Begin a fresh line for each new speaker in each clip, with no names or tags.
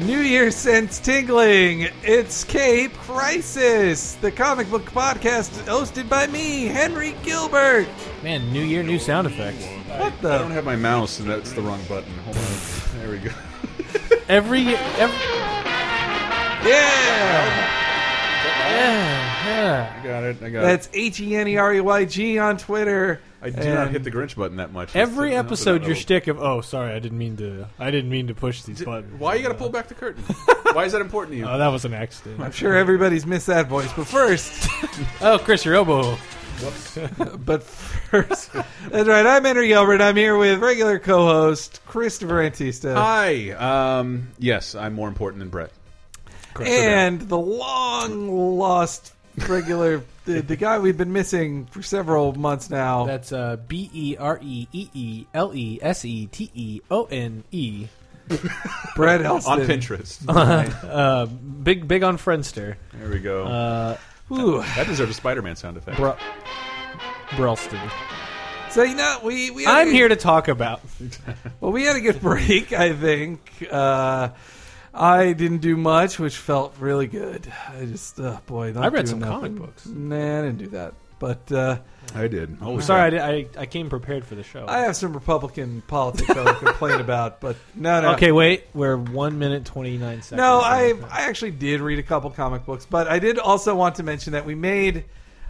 your sense tingling. It's Cape Crisis, the comic book podcast hosted by me, Henry Gilbert.
Man, new year, new sound effects.
What
I don't
the?
have my mouse, and that's the wrong button. Hold on. There we go.
Every, every
Yeah!
eh, yeah,
I got it. I got
That's
it.
H E N E R E Y G on Twitter.
I do not
And
hit the Grinch button that much.
every
That's-
episode
no,
your
no.
shtick of oh sorry I didn't mean to I didn't mean to push these buttons.
Why you got to pull back the curtain? Why is that important to you?
Oh, that was an accident.
I'm sure everybody's missed that voice, but first,
Oh, Chris, your elbow.
but first, that's right. I'm Henry Gilbert. I'm here with regular co-host Christopher Antista.
Hi. Um, yes, I'm more important than Brett.
and the long lost regular the, the guy we've been missing for several months now
That's uh, B E R E E E L E S E T E O N E.
brett elston
on Pinterest.
Uh, Big, big on Friendster.
there we go.
Uh,
Ooh.
that deserves a Spider-Man sound effect.
Br- Brelston.
so you know we, we had
I'm
a-
here to talk about.
well we had a good break i think uh I didn't do much, which felt really good. I just, uh, boy, not
I read
doing
some
nothing.
comic books.
Nah, I didn't do that. But uh,
I did. Holy
Sorry, I,
crap.
did, I I came prepared for the show.
I uh, have some Republican politics I would complain about. But no, no,
Okay, wait. We're one minute twenty nine seconds.
No, I I actually did read a couple comic books, but I did also want to mention that we made,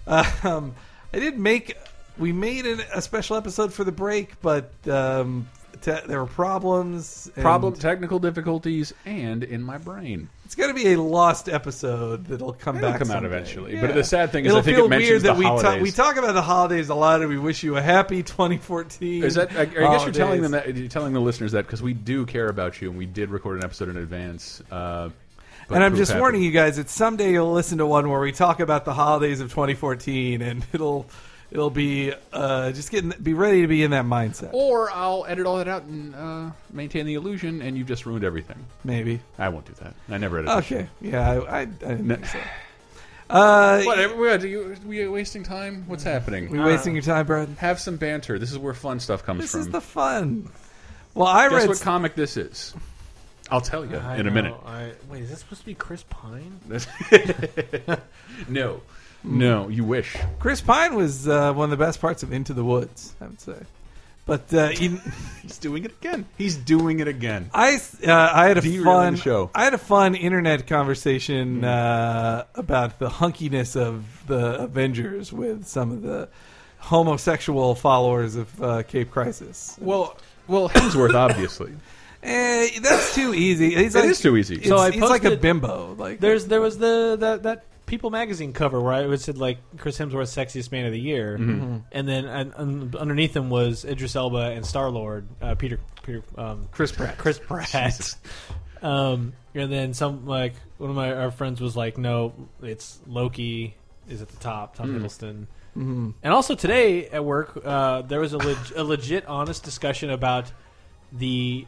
um, I did make we made an, a special episode for the break, but um, te- there were problems. and
Problem, technical difficulties, and in my brain.
It's going to be a lost episode that'll come
It'll
back.
come out
someday.
eventually. But the sad thing is,
It'll
I think
feel
it mentions
weird that
the
we ta-
holidays.
we talk about the holidays a lot, and we wish you a happy 2014.
Is that? I, I guess you're telling
holidays.
them that you're telling the listeners that because we do care about you and we did record an episode in advance. Uh, but
and I'm
proof
just
happened.
warning you guys that someday you'll listen to one where we talk about the holidays of 2014, and it'll it'll be uh, just getting be ready to be in that mindset.
Or I'll edit all that out and uh, maintain the illusion, and you've just ruined everything.
Maybe.
I won't do that. I never edit.
Okay. Yeah. I, I, I didn't
No.
think so. Uh,
Whatever. We are, you, we are wasting time. What's happening?
Mm-hmm. We wasting your time, Brad.
Have some banter. This is where fun stuff comes
This
from.
is the fun. Well, I
Guess
read.
what comic this is? I'll tell you in a minute.
wait, is this supposed to be Chris Pine?
no, no. You wish.
Chris Pine was uh, one of the best parts of Into the Woods, I would say. But uh, you-
He's doing it again. He's doing it again.
I uh, I had a
Derailing
fun
the show. Mm.
I had a fun internet conversation uh, about the hunkiness of the Avengers with some of the homosexual followers of uh, Cape Crisis.
Well, well, Hemsworth obviously.
Eh, that's too easy. He's
It
like,
is too easy.
It's,
So I
he's like a
posted-
bimbo. Like
There's there was the that that People magazine cover where I would said like Chris Hemsworth's sexiest man of the year,
Mm-hmm.
and then and, and underneath him was Idris Elba and Star Lord, uh, Peter Peter um,
uh,
Chris Pratt.
Chris Pratt. Um, and then some like one of my our friends was like, "No, it's Loki is at the top, Tom
Hmm.
Hiddleston." Mm-hmm. And also today at work, uh, there was a, leg- a legit, honest discussion about the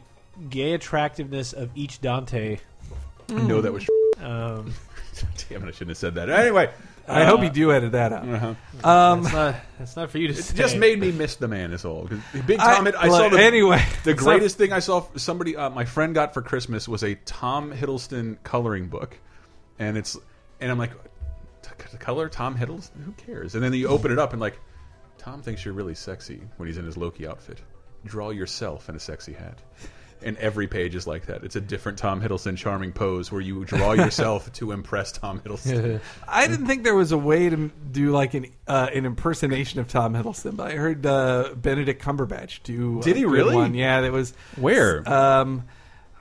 gay attractiveness of each Dante.
I know that was.
Um,
Damn it! I shouldn't have said that. Anyway,
I hope you do edit that out.
uh
Um,
that's, not, that's not for you to
it
say.
just made me miss the man is all. 'Cause Big
I-
Tom. Hidd- I, saw
look,
the
anyway.
The greatest thing I saw somebody uh, my friend got for Christmas was a Tom Hiddleston coloring book, and it's and I'm like, "T- the color Tom Hiddleston. Who cares? And then you open it up and like, Tom thinks you're really sexy when he's in his Loki outfit. Draw yourself in a sexy hat. And every page is like that. It's a different Tom Hiddleston charming pose where you draw yourself to impress Tom Hiddleston.
I didn't think there was a way to m- do like an uh, an impersonation of Tom Hiddleston, but I heard uh, Benedict Cumberbatch do. a
Did he
good
really?
One. Yeah, that was
Where?
Um,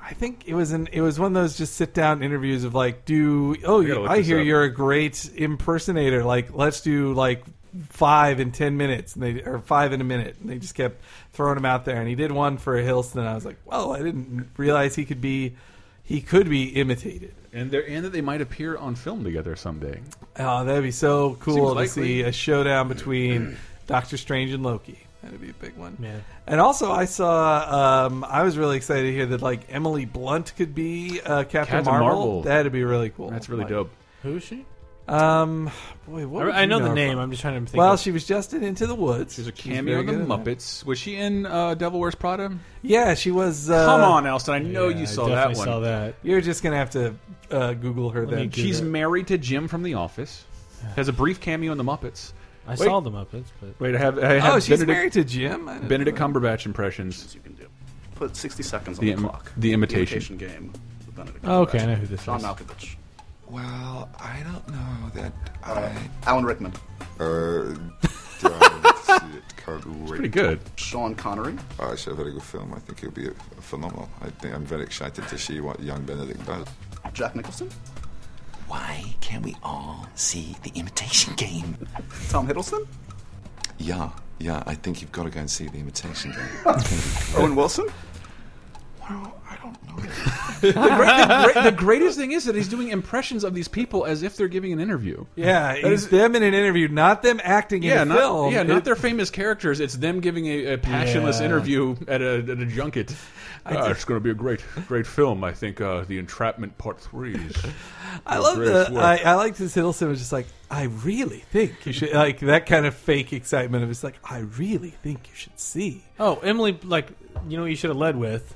I think it was an it was one of those just sit down interviews of like, do oh
gotta
you,
look
I
this
hear
up.
you're a great impersonator. Like let's do like five in ten minutes, and they or five in a minute, and they just kept throwing him out there. And he did one for Hiddleston, and I was like, whoa, I didn't realize he could be he could be imitated.
and they're and that they might appear on film together someday.
Oh, that'd be so cool to
Seems likely.
see a showdown between Doctor Strange and Loki. That'd be a big one.
Yeah.
And also, I saw. Um, I was really excited to hear that like Emily Blunt could be uh, Captain
Captain
Marvel.
Marvel.
That'd be really cool.
That's really
Like,
dope.
Who is she?
Um, boy, what would
I, I
you
know the
her
name.
from?
I'm just trying to think.
Well,
of-
she was just in Into the Woods.
She's a
She was
cameo
very
in the
good in that.
Muppets. Was she in uh, Devil Wears Prada?
Yeah, she was. Uh,
Come on, Elston. I know
Yeah,
you
I
saw that
definitely
one.
Saw that.
You're just gonna have to uh, Google her
Let me
then.
Google-
She's
Yeah.
married to Jim from The Office. Has a brief cameo in the Muppets.
I
Wait.
saw the Muppets, but
Wait, I have. I have
Oh, she's
Benedict,
married to Jim. I didn't
Benedict
know
Cumberbatch impressions.
you can do. Put 60 seconds on
The
the,
im-
clock.
the imitation.
The imitation game. with Benedict
Oh, okay,
Cumberbatch.
I know who this
John
is.
Malkovich.
Well, I don't know that
Uh,
I.
Alan Rickman.
Uh, don't see it correctly.
Pretty good.
Sean Connery.
Oh, actually, a very good film. I think it'll be phenomenal. I think I'm very excited to see what young Benedict does.
Jack Nicholson.
Why can't we all see the imitation game?
Tom Hiddleston.
Yeah, yeah. I think you've got to go and see the Imitation Game.
Owen Wilson.
well, I don't know.
Great- the greatest thing is that he's doing impressions of these people as if they're giving an interview.
that. Yeah, it's
is-
them in an interview, not them acting in
Yeah,
a
not,
film.
yeah, not
It-
their famous characters. It's them giving a, a passionless
Yeah.
interview at a, at a junket. Uh, it's going to be a great, great film. I think uh, the Entrapment Part Three is.
I love
greatest
the.
work.
I, I liked his Hiddleston was just like, I really think you should like that kind of fake excitement of it's like, I really think you should see.
oh, Emily, like you know, what you should have led with.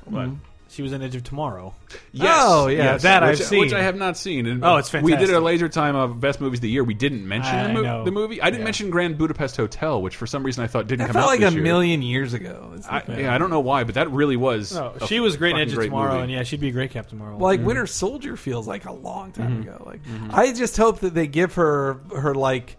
She was in Edge of Tomorrow.
Yes,
Oh, yeah,
yes,
that
which,
I've seen.
which I have not seen. And
Oh, it's
We did a
fantastic.
laser time of best movies of the year. We didn't mention
I
the, mo-
know.
the movie. I didn't
Yeah.
mention Grand Budapest Hotel, which for some reason I thought didn't
That
come
felt
out
like
this
a
year.
million years ago. It's
I,
like,
yeah, I don't know why, but that really was.
No,
a
Oh, she was great in
fucking
Edge of
great
Tomorrow,
movie.
and yeah, she'd be a great Captain Marvel.
Well, like Winter Soldier feels like a long time ago. Like I just hope that they give her her like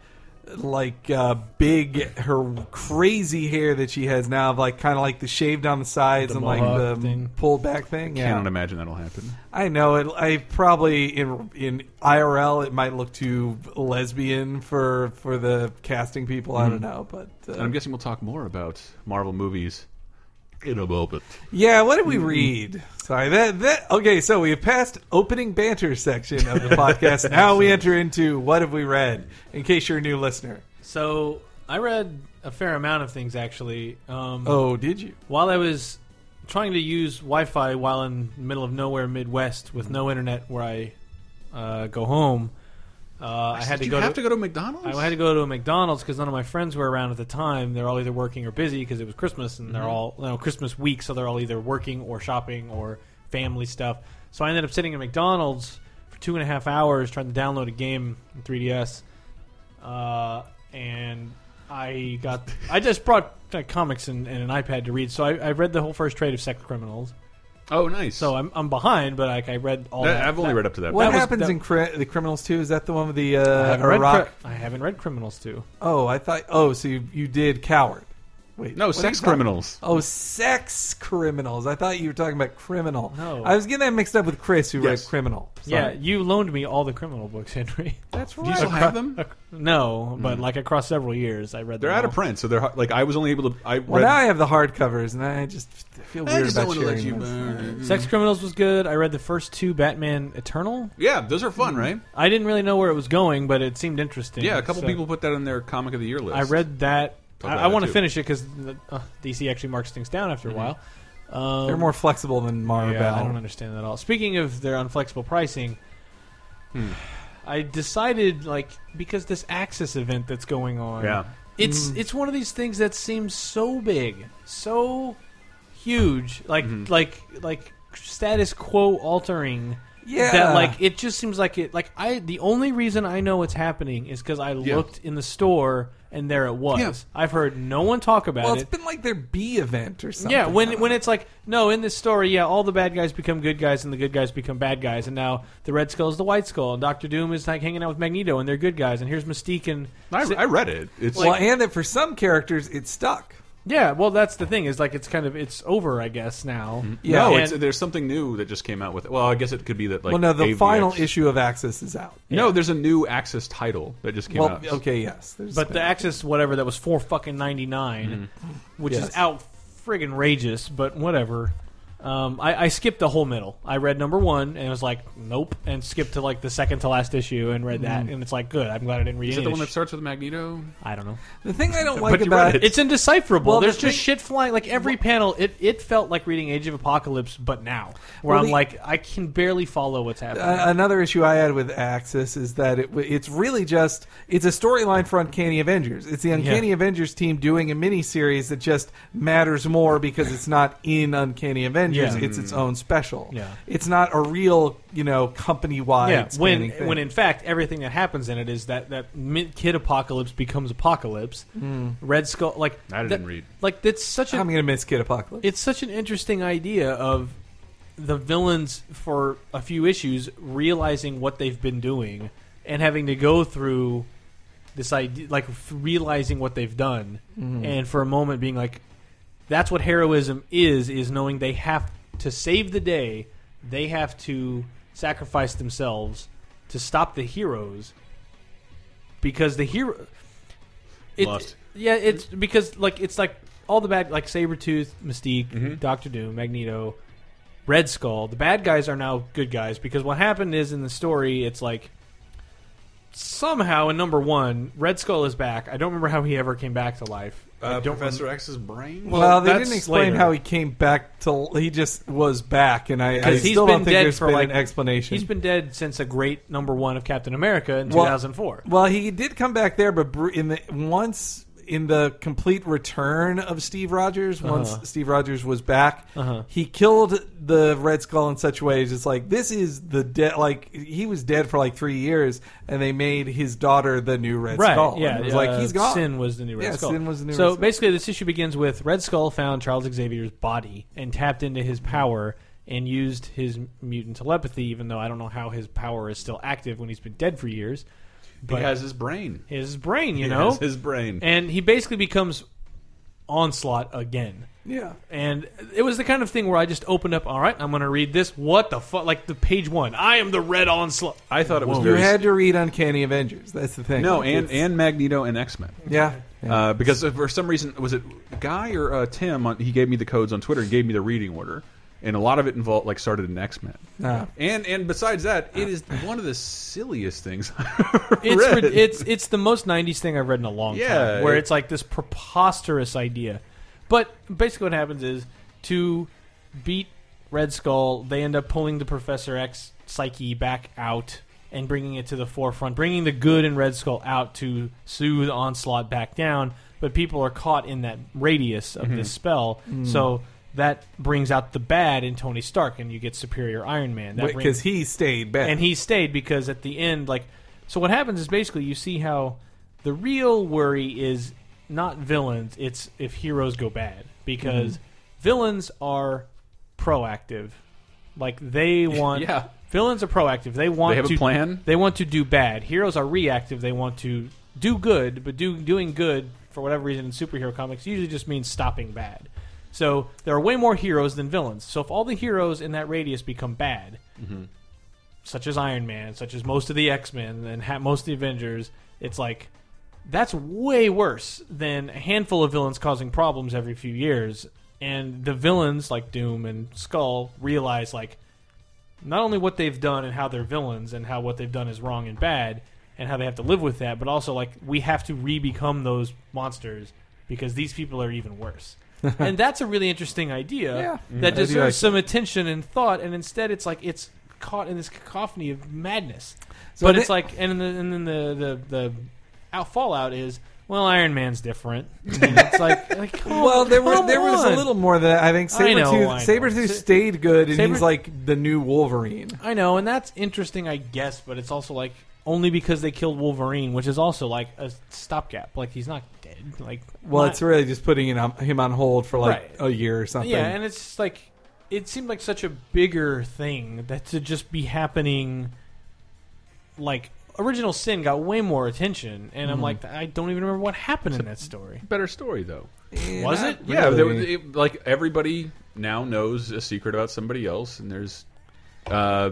like uh big her crazy hair that she has now of like kind of like the shaved on the sides
The
and like
mohawk
the
thing.
pulled back thing. Yeah,
Cannot imagine that'll happen.
I know it. I probably in in IRL it might look too lesbian for for the casting people. I
Mm.
don't know, but
And
Um,
I'm
uh,
guessing we'll talk more about Marvel movies in a moment.
yeah. What did we read? Sorry, that that okay. So we have passed opening banter section of the podcast. now we enter into what have we read? In case you're a new listener.
so I read a fair amount of things actually. Um,
Oh, did you?
while I was trying to use Wi-Fi while in the middle of nowhere Midwest with no internet where I uh, go home, uh, I had
Did
to
you
go.
have
to,
to go to McDonald's.
I had to go to a McDonald's because none of my friends were around at the time. They're all either working or busy because it was Christmas and
Mm-hmm.
they're all you know, Christmas week, so they're all either working or shopping or family stuff. So I ended up sitting at McDonald's for two and a half hours trying to download a game in 3DS, uh, and I got I just brought uh, comics and, and an iPad to read, so I, I read the whole first trade of Sex Criminals.
oh, nice.
So I'm, I'm behind, but like I read all.
That-
that-
I've only
that-
read up to that.
What
That was-
happens
that-
in cri- the Criminals Two? Is that the one with the
I
uh,
haven't read
Iraq?
Cri- I haven't read Criminals too.
oh, I thought. Oh, so you, you did Coward. Wait,
no,
what
sex
is it called?
criminals.
Oh, sex criminals. I thought you were talking about criminal.
No.
I was getting that mixed up with Chris, who
Yes.
read criminal.
Yeah,
Sorry.
you loaned me all the criminal books, Henry.
That's right. Do you still have them?
No, but like across several years, I read.
Hmm. They're
them
out
all.
of print, so they're h- like I was only able to. I
Well,
read.
now I have the hardcovers, and I just feel weird
I just don't
about
want to let you
sharing this.
burn.
Sex Criminals was good. I read the first two Batman Eternal.
Yeah, those are
Mm-hmm.
fun, right?
I didn't really know where it was going, but it seemed interesting.
Yeah, a couple
so
people put that on their comic of the year list.
I read that.
Talk
I,
about
I
that,
want
too.
to finish it because uh, DC actually marks things down after a while.
Mm-hmm.
Um,
They're more flexible than Marvel.
Yeah, I don't understand that at all. Speaking of their unflexible pricing, I decided like because this Axis event that's going on,
Yeah.
it's
Mm.
it's one of these things that seems so big, so huge, like like like status quo altering.
Yeah.
That like it just seems like it like I the only reason I know it's happening is because I looked in the store and there it was.
Yeah.
I've heard no one talk about
Well,
it.
it's been like their B event or something.
Yeah,
I
when
don't
when
know.
it's like no, in this story, yeah, all the bad guys become good guys and the good guys become bad guys, and now the Red Skull is the White Skull, and Doctor Doom is like hanging out with Magneto, and they're good guys, and here's Mystique, and
I, I read it. It's
well, and that for some characters it stuck.
yeah, well, that's the thing is like it's kind of it's over, I guess now.
Yeah.
no,
and-
it's, there's something new that just came out with it. Well, I guess it could be that like
well, no, the
AVX
final issue of Axis is out.
No, there's a new Axis title that just came
Well,
out.
okay, yes, There's
But
been-
the Axis whatever that was four fucking ninety nine, which
Yes.
is out friggin' rageous, but whatever. Um, I, I skipped the whole middle. I read number one and was like, nope, and skipped to like the second to last issue and read that, and it's like, good. I'm glad I didn't read
Mm-hmm. Is
any
it the
of
one that
this
starts with Magneto?
sh- I don't know.
The thing I don't like
you read
about
it.
It's indecipherable.
Well, the
There's just
thing-
shit flying. Like every panel, it, it felt like reading Age of Apocalypse, but now, where
Well,
I'm
the-
like, I can barely follow what's happening.
Uh, another issue I had with Axis is that it, w- it's really just it's a storyline for Uncanny Avengers. It's the Uncanny
Yeah.
Avengers team doing a miniseries that just matters more because it's not in Uncanny Avengers.
Yeah.
It's its own special.
Yeah.
It's not a real you know company wide.
yeah, when when in fact everything that happens in it is that that mint kid apocalypse becomes apocalypse. Red Skull, like
I didn't
that-
read.
Like that's such
Hmm. I'm
an
gonna miss Kid Apocalypse.
it's such an interesting idea of the villains for a few issues realizing what they've been doing and having to go through this idea like f- realizing what they've done and for a moment being like that's what heroism is is knowing they have to save the day they have to sacrifice themselves to stop the heroes because the hero it,
Lost.
yeah it's because like it's like all the bad like Sabretooth, Mystique,
Mm-hmm.
Doctor Doom, Magneto, Red Skull, the bad guys are now good guys because what happened is in the story it's like somehow in number 1 Red Skull is back. I don't remember how he ever came back to life. I
Uh,
don't
Professor X's brain.
well, they
that's
didn't explain
later.
how he came back till he just was back, and I, I
Because he's
still
been
don't think
dead
there's
for,
been
like-
an explanation.
He's been dead since a great number one of Captain America in
Well-
2004.
Well, he did come back there, but br- in the once in the complete return of Steve Rogers, once
Uh-huh.
Steve Rogers was back,
Uh-huh.
he killed the Red Skull in such a way it's just like this is the dead. Like he was dead for like three years, and they made his daughter the new Red
right,
Skull.
yeah.
it was
uh,
like he's gone.
Sin was the new Red
Yeah,
Skull.
Sin was the new
so
Red Skull.
basically, this issue begins with Red Skull found Charles Xavier's body and tapped into his power and used his mutant telepathy, even though I don't know how his power is still active when he's been dead for years.
he
But
has his brain.
his brain, you
He
know?
has his brain.
and he basically becomes Onslaught again.
yeah.
And it was the kind of thing where I just opened up. All right, I'm going to read this. What the fuck? Like the page one. I am the Red Onslaught.
I thought it was
Whoa.
You
very
had to read Uncanny Avengers. That's the thing.
no, and
It's-
and Magneto and X Men.
yeah, yeah.
Uh, because for some reason, was it Guy or uh, Tim? On, he gave me the codes on Twitter and gave me the reading order, and a lot of it involved like started in X Men.
Ah.
And and besides that, it is one of the silliest things I've ever
It's
read.
rid- it's it's the most '90s thing I've read in a long
Yeah,
time. Where
it-
it's like this preposterous idea, but basically what happens is to beat Red Skull, they end up pulling the Professor X psyche back out and bringing it to the forefront, bringing the good in Red Skull out to soothe Onslaught back down. But people are caught in that radius of
Mm-hmm.
this spell, so that brings out the bad in Tony Stark, and you get Superior Iron Man. That brings-
because he stayed back.
and he stayed because at the end like so what happens is basically you see how the real worry is not villains it's if heroes go bad because villains are proactive like they want
Yeah.
villains are proactive they want
They have a
to
plan?
they want to do bad heroes are reactive they want to do good but do doing good for whatever reason in superhero comics usually just means stopping bad so there are way more heroes than villains so if all the heroes in that radius become bad
Mm-hmm.
such as Iron Man, such as most of the X Men, and ha- most of the Avengers, it's like that's way worse than a handful of villains causing problems every few years. And the villains like Doom and Skull realize like not only what they've done and how they're villains and how what they've done is wrong and bad and how they have to live with that, but also like we have to re-become those monsters because these people are even worse. and that's a really interesting idea
Yeah. Mm-hmm.
that
I do like
deserves some attention and thought, and instead it's like it's caught in this cacophony of madness.
So
but
they-
it's like, and then the, and then the the, the out fallout is well, Iron Man's different. And it's like, like come
Well, there were
come
there was a
on.
little more than that. I think
I know,
Sabretooth,
I know.
Sabretooth
Sa-
stayed good, and
Saber-
he's like the new Wolverine.
I know, and that's interesting, I guess, but it's also like only because they killed Wolverine, which is also like a stopgap. Like he's not dead. Like
Well,
not-
it's really just putting it on, him on hold for like
Right.
a year or something.
Yeah, and it's just like it seemed like such a bigger thing that to just be happening. Like original sin got way more attention, and
Mm-hmm.
I'm like, I don't even remember what happened in that story.
better story though.
was it?
Yeah, there was,
Really?
it, like everybody now knows a secret about somebody else, and there's uh,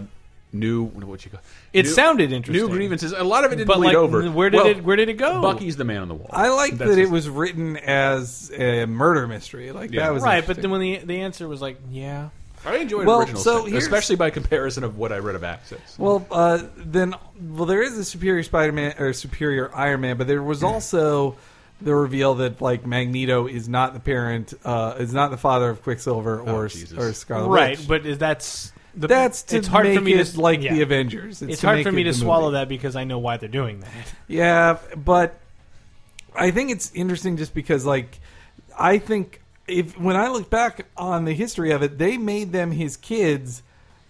new what you call
It
new-
sounded interesting.
new grievances. A lot of it didn't
but
bleed
like,
over.
where did
Well,
it where did it go?
Bucky's the man on the wall.
I like
That's
that it
his-
was written as a murder mystery. Like
Yeah.
that was
right, but
interesting.
then when the the answer was like, yeah,
I enjoyed
Well,
original
so
sin,
here's-
especially by comparison of what I read of Access.
Well, uh, then, well, there is a superior Spider-Man or superior Iron Man, but there was also the reveal that like Magneto is not the parent, uh, is not the father of Quicksilver or
Oh, Jesus.
or Scarlet
right,
Witch.
but is that's the,
That's to
it's hard
make
for me
it
to
like
yeah.
the Avengers.
It's, hard
make
for me
it
to
the
swallow
movie.
that because I know why they're doing that.
Yeah, but I think it's interesting just because, like, I think if when I look back on the history of it, they made them his kids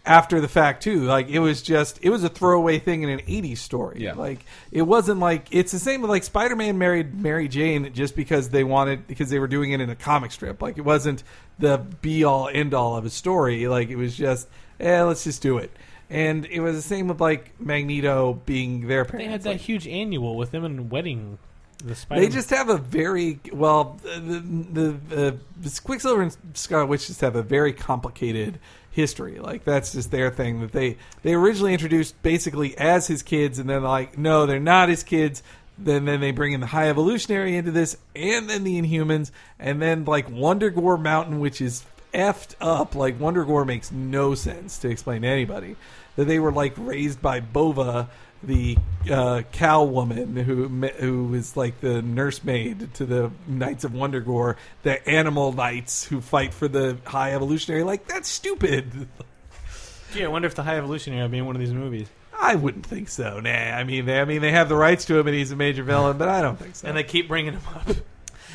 after the fact too. Like, it was just it was a throwaway thing in an '80s story.
Yeah.
Like, it wasn't like it's the same with like Spider-Man married Mary Jane just because they wanted because they were doing it in a comic strip. Like, it wasn't the be all end all of a story. Like, it was just eh, let's just do it. And it was the same with like Magneto being their
They
parents.
had that
Like,
huge annual with them and wedding. The Spider.
they just have a very well. The the, the, the Quicksilver and Scarlet Witch just have a very complicated history. Like that's just their thing that they they originally introduced basically as his kids, and then like no, they're not his kids. Then then they bring in the High Evolutionary into this, and then the Inhumans, and then like Wonder Gore Mountain, which is effed up. Like Wonder Gore makes no sense to explain to anybody. That they were like raised by Bova, the uh, cow woman who ma- who is like the nursemaid to the Knights of Wonder Gore, the animal knights who fight for the High Evolutionary. Like that's stupid.
Yeah, I wonder if the High Evolutionary will be in one of these movies.
I wouldn't think so. Nah, I mean, they, I mean, they have the rights to him, and he's a major villain, but I don't think so.
And they keep bringing them up.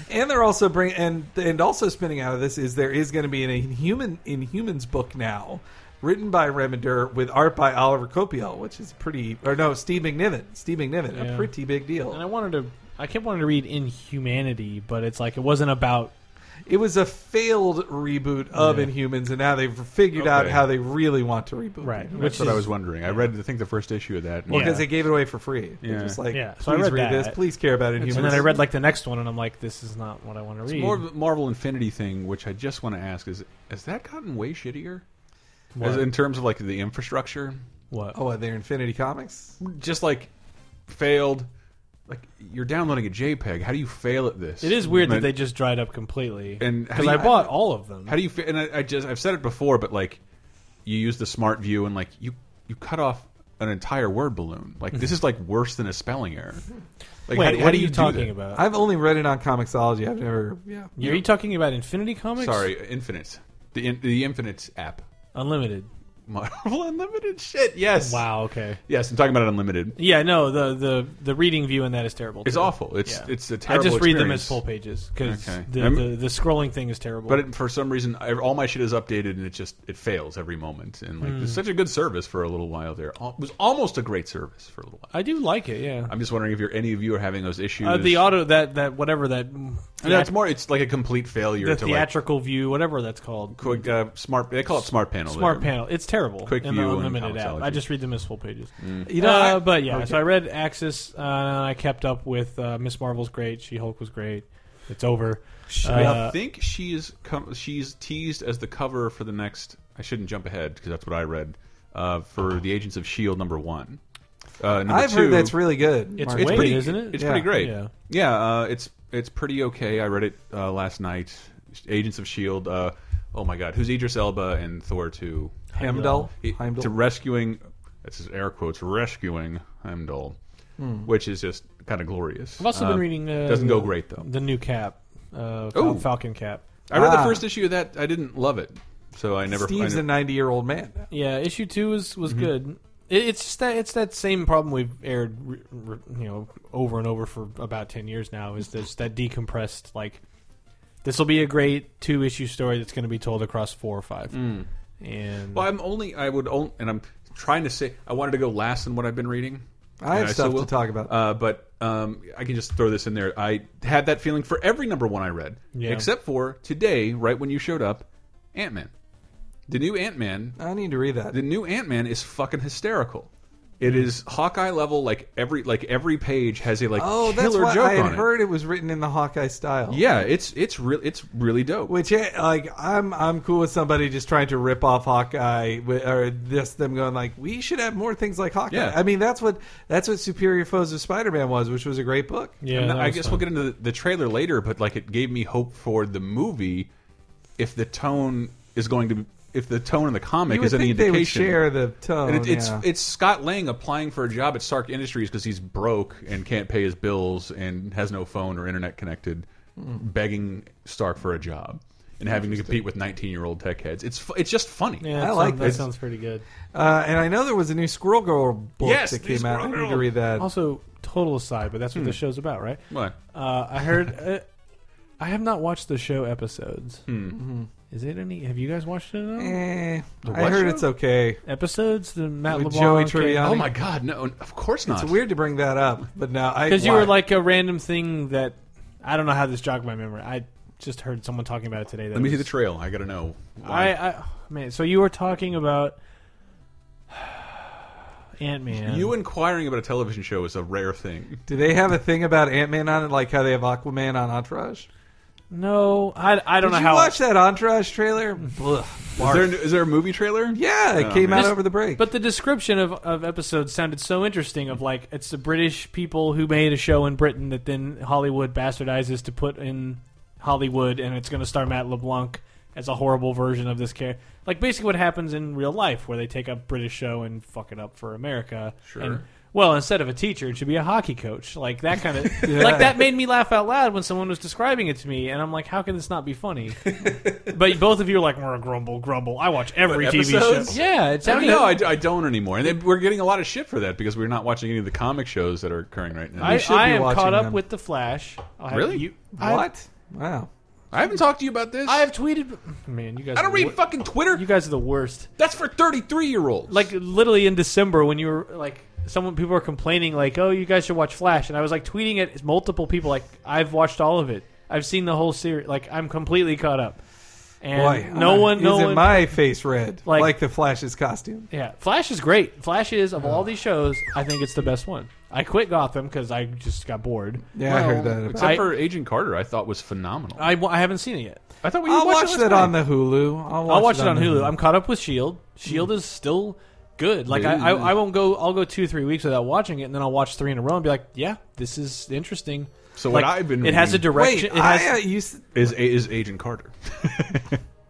and they're also bring and and also spinning out of this is there is going to be an inhuman inhumans book now written by Remender with art by Oliver Copiel which is pretty or no Steve McNiven Steve McNiven
Yeah.
a pretty big
And I
deal
wanted to. I kept wanting to read Inhumanity, but it's like it wasn't about.
it was a failed reboot of
Yeah.
Inhumans and now they've figured out
Okay.
how they really want to reboot
Right,
Inhumans.
which
That's what I
is-
was wondering. I read, I think, the first issue of that. and-
well because
Yeah.
they gave it away for free They're
Yeah.
just like
Yeah, so I
please
read
read this
that.
please care about Inhumans
And then I read like the next one, and I'm like, this is not what I want to read.
It's more of a Marvel Infinity thing, which I just want to ask: is has that gotten way shittier? As in terms of like the infrastructure,
what?
oh they're Infinity Comics
just like failed. Like you're downloading a JPEG. How do you fail at this?
It is weird that
And-
they just dried up completely.
And how
because
do
I
you-
bought all of them.
How do you? fa- And I, I just I've said it before, but like you use the smart view and like you you cut off an entire word balloon. Like this is like worse than a spelling error. Like
Wait,
how, do-
what
how
are
do
you
do
talking
that?
about?
I've only read it on Comixology I've never yeah
Are you talking about Infinity Comics?
Sorry, Infinite, the in, the Infinite app,
Unlimited.
Marvel Unlimited. Shit, yes.
Wow. Okay.
Yes, I'm talking about Unlimited.
Yeah. No. The the the reading view in that is terrible.
It's
too.
awful. It's
Yeah.
it's a terrible.
I just read them
experience.
as full pages because
Okay.
the,
I'm-
the the scrolling thing is terrible.
But it, for some reason, I, all my shit is updated, and it just it fails every moment. And like,
Hmm.
it's such a good service for a little while there. Al- It was almost a great service for a little while.
I do like it. Yeah.
I'm just wondering if you're any of you are having those issues.
Uh, the auto that that whatever that
And that's more. It's like a complete failure
the
to like
theatrical view whatever that's called
quick uh, smart. They call it smart panel.
smart
there.
panel. It's terrible.
Quick
in the
view and Mm.
unlimited app.
Comixology.
I just read them as full pages.
you know I-
Uh, but yeah,
okay.
so I read Axis. Uh, I kept up with uh, Miss Marvel's great. She Hulk was great. It's over.
I
Uh,
think she's com she's teased as the cover for the next. I shouldn't jump ahead because that's what I read uh, for the Agents of Shield number one. Uh, number
Oh. I've
two-
heard that's really good
It's
Mark.
way-
It's
Wait,
pretty,
isn't it?
It's
Yeah.
pretty great.
Yeah.
Yeah, uh, it's it's pretty okay. I read it uh, last night. Agents of Shield. Uh, oh my God, who's Idris Elba and Thor two?
Heimdall.
He-
Heimdall.
to rescuing. That's his air quotes. Rescuing Heimdall,
Hmm.
which is just kind of glorious.
I've also
Uh,
been reading. Uh,
doesn't go great though.
The new cap, uh,
Ooh.
Fal- Falcon cap.
I read
Ah.
the first issue of that. I didn't love it, so I never.
Steve's
I
a
never-
90 year old man. now.
Yeah, issue two was was
Mm-hmm.
good. It, it's just that it's that same problem we've aired, re, re, you know, over and over for about ten years now. Is this that decompressed like this will be a great two issue story that's going to be told across four or five. And
Mm. well, I'm only. I would. Only, and I'm trying to say. I wanted to go last in what I've been reading.
I
And
have
still
stuff
will.
to talk about.
Uh, but um, I can just throw this in there. I had that feeling for every number one I read,
Yeah.
except for today, right when you showed up, Ant Man. The new Ant Man.
I need to read
The
that.
new Ant Man is fucking hysterical. It is Hawkeye level. Like every like every page has a like
Oh, that's
killer
why
joke
I had
on
heard it. was written in the Hawkeye style.
it. Yeah, it's it's real. It's really dope.
Which, eh, like, I'm I'm cool with somebody just trying to rip off Hawkeye, wi- or just them going like, we should have more things like Hawkeye.
Yeah.
I mean, that's what that's what Superior Foes of Spider-Man was, which was a great book.
yeah,
And
that
I
was
guess
fun.
we'll get into the, the trailer later, but like it gave me hope for the movie if the tone is going to if the tone in the comic
You would
is any
think they would
indication,
share the tone.
and it, it's
yeah.
it's Scott Lang applying for a job at Stark Industries because he's broke and can't pay his bills and has no phone or internet connected,
Hmm.
begging Stark for a job and having to compete with nineteen year old tech heads. It's fu- it's just funny.
Yeah,
I
that
like
sounds- that.
this.
Sounds pretty good.
Uh, and I know there was a new Squirrel Girl book
Yes,
that
the
came out.
Squirrel
I need to
Girl. Oh,
read that.
Also, total aside, but that's
Hmm.
what the show's about, right?
What?
Uh, I heard. Uh, I have not watched the show episodes.
Hmm.
Is it any? Have you guys watched it? At all?
Mm-hmm. Eh, I
what
heard
show?
it's okay.
Episodes. The Matt
With
LeBlanc
Joey Tribbiani.
Oh my God! No, of course not.
It's weird to bring that up, but now I
Because you
why?
were like a random thing that I don't know how this jogged my memory. I just heard someone talking about it today. That
Let me see
was-
the trail. I gotta know.
I,
why.
I man. So you were talking about Ant Man.
you inquiring about a television show is a rare thing.
do they have a thing about Ant Man on it, like how they have Aquaman on Entourage?
no, I, I don't
Did
know
you
how.
watch that Entourage trailer? Ugh,
Is
barf.
there, is there a movie trailer?
yeah, it
Oh,
came
man.
out over the break.
But the description of, of episodes sounded so interesting. Of like, it's the British people who made a show in Britain that then Hollywood bastardizes to put in Hollywood, and it's going to star Matt LeBlanc as a horrible version of this character. Like basically what happens in real life, where they take a British show and fuck it up for America.
Sure.
And, well, instead of a teacher, it should be a hockey coach. Like that kind of
Yeah.
like that made me laugh out loud when someone was describing it to me, and I'm like, how can this not be funny? but both of you are like, "Well, grumble, grumble. I watch every
But
TV
episodes?
show. Yeah, it's
I don't know. I, I don't anymore, and it- we're getting a lot of shit for that because we're not watching any of the comic shows that are occurring right now.
I,
should
I
be
am
watching
caught up
them.
with the Flash. I'll have
Really?
You, I've,
what? Wow.
I haven't talked to you about this.
I have tweeted. Man, you guys.
I
are
don't
the
read
wor-
fucking Twitter.
You guys are the worst.
That's for thirty-three-year-olds.
Like literally in December when you were like, someone people were complaining like, oh, you guys should watch Flash, and I was like tweeting at multiple people like, I've watched all of it. I've seen the whole series. Like I'm completely caught up. And
Boy,
no
uh,
one, no
isn't
one.
my face red
Like-
like, the Flash's costume.
yeah, Flash is great. Flash is of
Oh.
all these shows, I think it's the best one. I quit Gotham because I just got bored.
Yeah, I heard that. About.
except
I-
for Agent Carter, I thought was phenomenal.
I, w- I haven't seen it yet.
I thought we
I'll
watched
watch
it
that
last night.
on the Hulu. I'll watch,
I'll watch it on
the
Hulu. I'm caught up with Shield.
Hmm.
Shield E is still good. Like I, I, I won't go. I'll go two, three weeks without watching it, and then I'll watch three in a row and be like, "Yeah, this is interesting."
So
like,
what I've been
It has a
reading-
Wait,
direction. it has,
I, uh, you, s-
Is is Agent Carter?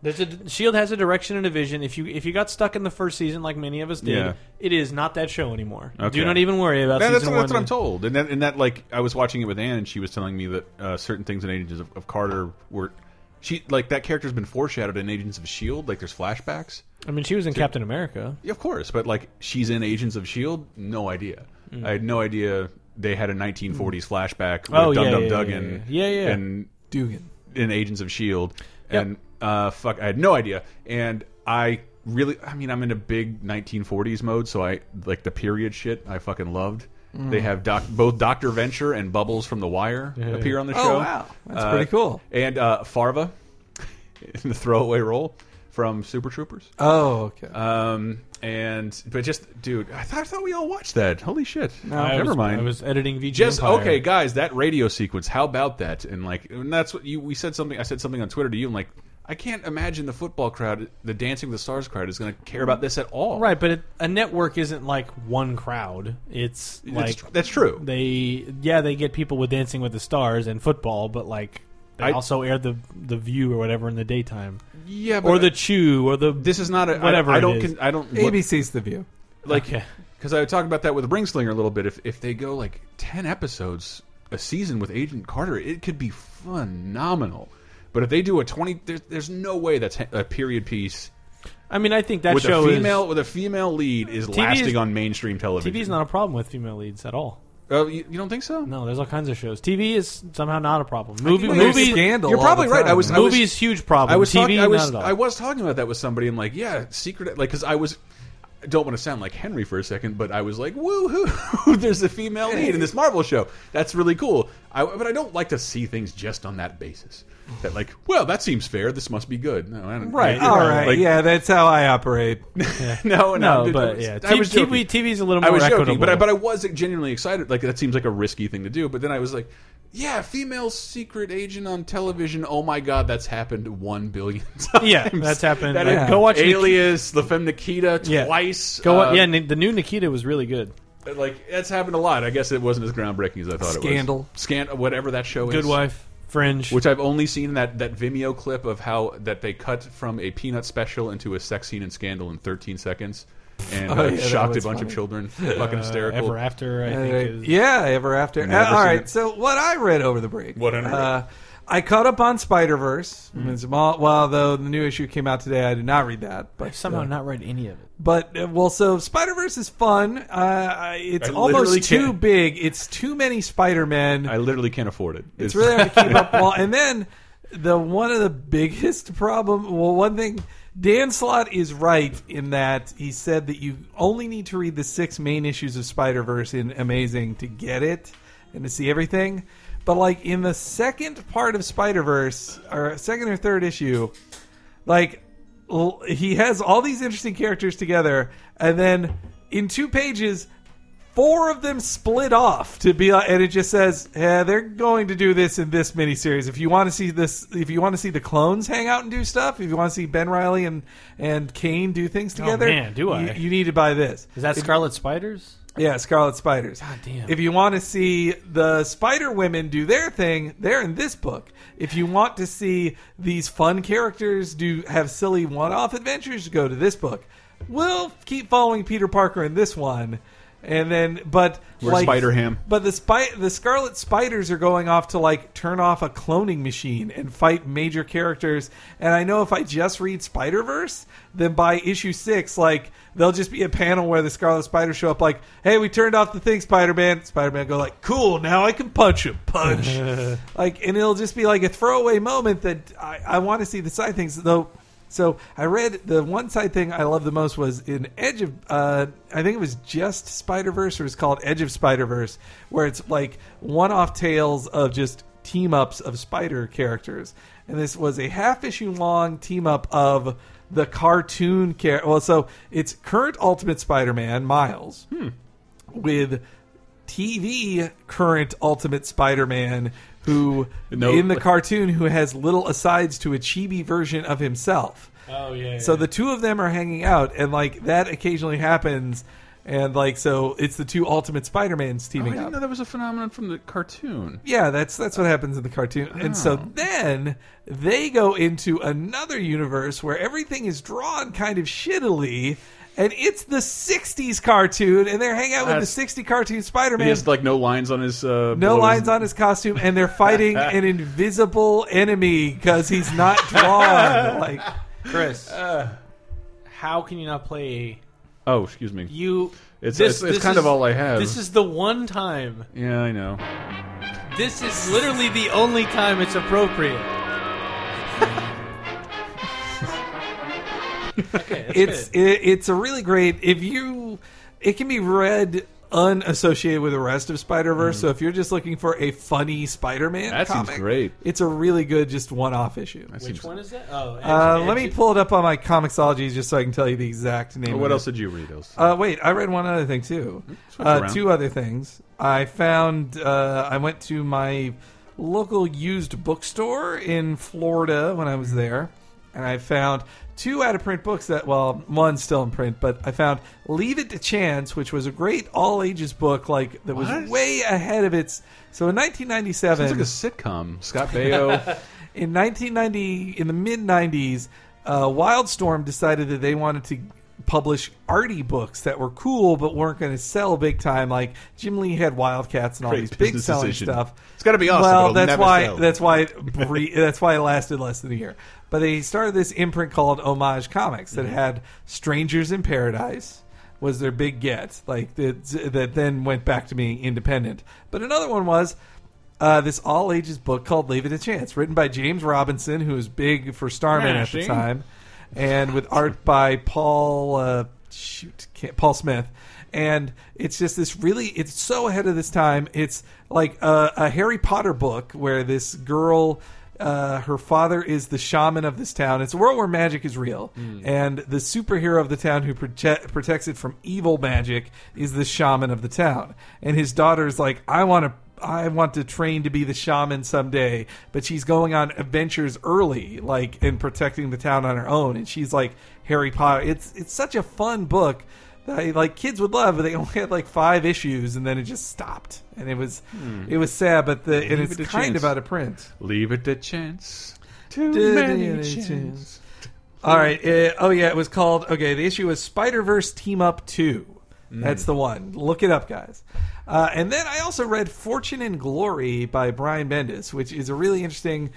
there's a Shield E has a direction and a vision. If you if you got stuck in the first season, like many of us did,
Yeah.
it is not that show anymore.
Okay.
Do not even worry about
That- that's,
season
what, that's
one.
what I'm told. And that, and that, like, I was watching it with Anne, and she was telling me that uh, certain things in Agents of, of Carter were, she like that character's been foreshadowed in Agents of Shield. E Like, there's flashbacks.
I mean, she was in Captain America.
Yeah, of course, but like, she's in Agents of Shield. E No idea.
Hmm.
I had no idea they had a 1940s flashback with
Oh,
Dum
yeah,
Dum
yeah, yeah,
Duggan.
yeah, yeah. Yeah, yeah.
And
Dugan.
in Agents of Shield, E and uh, fuck, I had no idea. And I really, I mean, I'm in a big 1940s mode, so I like the period shit. I fucking loved.
Hmm.
They have doc, both Doctor Venture and Bubbles from The Wire appear on the
Oh,
show.
wow. That's pretty cool.
And uh, Farva in the throwaway role from Super Troopers.
Oh, okay.
Uh,
Um, and but just dude, I thought, I thought we all watched that. Holy shit!
I
Never
was,
mind.
I was editing VG.
Just
Empire.
okay, guys. That radio sequence. How about that? And like, and that's what you. We said something. I said something on Twitter to you. And like, I can't imagine the football crowd, the Dancing with the Stars crowd, is going to care about this at all.
Right, but it, a network isn't like one crowd. It's like
That's, that's true.
they yeah they get people with Dancing with the Stars and football, but like they
I-
also air the the View or whatever in the daytime,
Yeah, but
or the Chew or the
This is not a I-
Whatever
I,
it
don't.
is.
con- I don't. what-
ABC's The View.
like
Okay.
because I talked about that with Ringslinger a little bit. If if they go like ten episodes a season with Agent Carter, it could be phenomenal. But if they do a twenty, there's, there's no way that's a period piece
I mean, I think that
with
show
a female
is
with a female lead is
TV is-
lasting on mainstream television.
TV is not a problem with female leads at all.
Oh, you, you don't think so?
No, there's all kinds of shows. TV is somehow not a problem. Movie,
Well, there's
movie,
scandal.
You're
all
probably
the
right.
time.
I was-
movie is huge problem.
I was
TV,
talking. I was.
not at all.
I was talking about that with somebody, and like, yeah, secret. Like, because I was. I don't want to sound like Henry for a second, but I was like, woohoo! There's a female lead in this Marvel show. That's really cool. I, but I don't like to see things just on that basis. That like, well, that seems fair. This must be good. No, I don't,
Right.
you're
All
All
right,
Like,
yeah, that's how I operate.
No, no,
no,
dude, I
but
was-
yeah,
I was joking.
TV, TV is a little more
I was
equitable.
joking, but I, but I was genuinely excited. Like that seems like a risky thing to do, but then I was like, yeah, female secret agent on television. Oh my god, that's happened one billion times.
Yeah, that's happened.
That
Like,
is-
go watch Nik-
Alias, The Femme Nikita
Yeah.
twice.
Go,
uh,
wa- yeah, Ni- the new Nikita was really good.
like that's happened a lot. I guess it wasn't as groundbreaking as I thought
Scandal.
it was. Scandal, whatever that show is.
Good Wife, Fringe.
which I've only seen in that that Vimeo clip of how that they cut from a peanut special into a sex scene in Scandal in 13 seconds, and
Oh,
uh,
yeah, that
shocked a
was
bunch of
funny.
children, fucking
uh,
hysterical.
Ever After, I think.
Uh,
is,
yeah, Ever After. Uh,
Never
all
seen
right.
it.
So what I read over the break.
What Mm-hmm. I read.
uh, I caught up on Spider Verse. Well, though the new issue came out today, I did not read that. But
I've somehow
uh,
not read any of it.
But uh, well, so Spider Verse is fun. Uh, I- it's
I literally
almost too
can't-
big. It's too many Spider Men.
I literally can't afford it.
It's really hard to keep up. Well, and then the one of the biggest problem. Well, one thing Dan Slott is right in that he said that you only need to read the six main issues of Spider Verse in Amazing to get it and to see everything. But like in the second part of Spider Verse, or second or third issue, like l- he has all these interesting characters together, and then in two pages, four of them split off to be, like- and it just says eh, they're going to do this in this miniseries. If you want to see this, if you want to see the clones hang out and do stuff, if you want to see Ben Riley and and Kane do things together,
Oh, man, do I.
You, you need to buy this.
Is that Scarlet Spiders?
Yeah, Scarlet Spiders.
damn.
If you want to see the Spider Women do their thing, they're in this book. If you want to see these fun characters do have silly one off adventures, go to this book. We'll keep following Peter Parker in this one. And then, but
Where's Spider-Ham?
But the spy, the Scarlet Spiders are going off to like turn off a cloning machine and fight major characters. And I know if I just read Spider Verse, then by issue six, like there'll just be a panel where the Scarlet Spiders show up, like, "Hey, we turned off the thing, Spider Man." Spider Man go like, "Cool, now I can punch him, punch." like, and it'll just be like a throwaway moment that I, I want to see the side things though. So I read the one side thing I love the most was in Edge of uh, I think it was just Spider Verse or it's called Edge of Spider Verse, where it's like one off tales of just team ups of spider characters, and this was a half issue long team up of the cartoon character. Well, so it's current Ultimate Spider Man Miles with TV current Ultimate Spider-Man who
No.
in the cartoon who has little asides to a chibi version of himself.
Oh, yeah.
So the two of them are hanging out and like that occasionally happens and like so it's the two Ultimate Spider-Mans
Oh, I
teaming
didn't
up.
know that was a phenomenon from the cartoon.
Yeah, that's that's what happens in the cartoon. And so
Oh.
then they go into another universe where everything is drawn kind of shittily. And it's the '60s cartoon, and they're hanging out with the
That's-
'60 cartoon Spider-Man.
He has like no lines on his. Uh,
No
below his-
lines on his costume, and they're fighting an invisible enemy because he's not drawn. like,
Chris,
Uh.
how can you not play
Oh, excuse me.
you?
It's
this,
it's, it's
this
kind
is-
of all I have.
This is the one time.
yeah, I know.
This is literally the only time it's appropriate. okay, that's
it's
good.
it, it's a really great. If you, it can be read unassociated with the rest of Spider Verse. So if you're just looking for a funny Spider Man,
Mm. That seems great.
It's a really good, just one off issue.
That
Which
seems-
one is that? Oh,
Uh,
Edge-
let me
Edge-
pull it up on my Comixology just so I can tell you the exact name.
What
of it.
else did you read? Else?
Uh, wait, I read one other thing too.
switch
Uh,
around.
two other things. I found. Uh, I went to my local used bookstore in Florida when I was there, and I found two out of print books that. Well, one's still in print, but I found "Leave It to Chance," which was a great all ages book, like that
What?
was way ahead of its. So in 1997,
Sounds like a sitcom. Scott Baio.
in 1990, in the mid 90s, uh, Wildstorm decided that they wanted to publish arty books that were cool but weren't going to sell big time. Like Jim Lee had Wildcats and all
Great
these big
business
selling
decision.
stuff.
It's gotta be awesome, but
Well,
it'll
that's
never
why
sell.
that's why it bre- that's why it lasted less than a year. But they started this imprint called Homage Comics that had Strangers in Paradise was their big get, like that that then went back to being independent. But another one was uh, this all ages book called Leave It a Chance, written by James Robinson, who was big for Starman at the
Smashing.
time, and with art by Paul uh, shoot can't, Paul Smith. And it's just this really, it's so ahead of this time. It's like a, a Harry Potter book where this girl. Uh, her father is the shaman of this town. It's a world where magic is real, and the superhero of the town who prote- protects it from evil magic is the shaman of the town. And his daughter's like, I want to I want to train to be the shaman someday, but she's going on adventures early, like and protecting the town on her own. And she's like Harry Potter. It's it's such a fun book I, like kids would love, but they only had like five issues, and then it just stopped, and it was it was sad. But the and
Hmm. Leave
it's
it a
kind
chance.
of out of print.
Leave it to chance. Too
Did
many
it a
chances.
chance. All right. Uh, oh yeah, it was called. Okay, the issue was Spider Verse Team Up Two. That's the one. Look it up, guys. Uh, and then I also read Fortune and Glory by Brian Bendis, which is a really interesting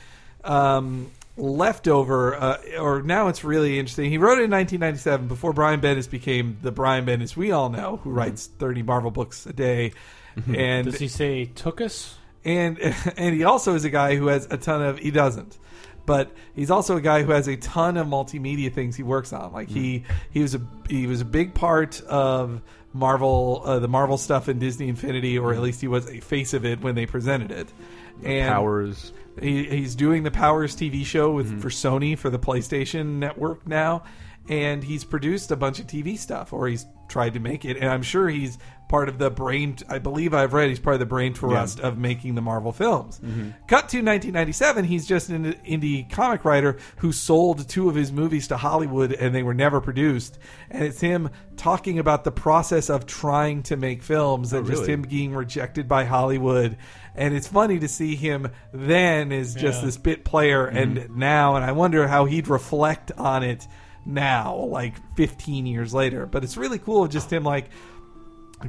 um, leftover. Uh, or now it's really interesting. He wrote it in 1997 before Brian Bendis became the Brian Bendis we all know, who writes 30 Marvel books a day. And
Does he say took us?
and and he also is a guy who has a ton of he doesn't but he's also a guy who has a ton of multimedia things he works on like he he was a he was a big part of Marvel uh, the Marvel stuff in Disney Infinity or at least he was a face of it when they presented it and
Powers.
he, he's doing the Powers TV show with for Sony for the PlayStation Network now, and he's produced a bunch of TV stuff, or he's tried to make it. And I'm sure he's part of the brain. I believe I've read he's part of the brain trust of making the Marvel films. Cut to 1997, he's just an indie comic writer who sold two of his movies to Hollywood, and they were never produced. And it's him talking about the process of trying to make films and just
really?
him being rejected by Hollywood. And it's funny to see him then as just
Yeah.
this bit player and now. And I wonder how he'd reflect on it now, like 15 years later. But it's really cool just him, like,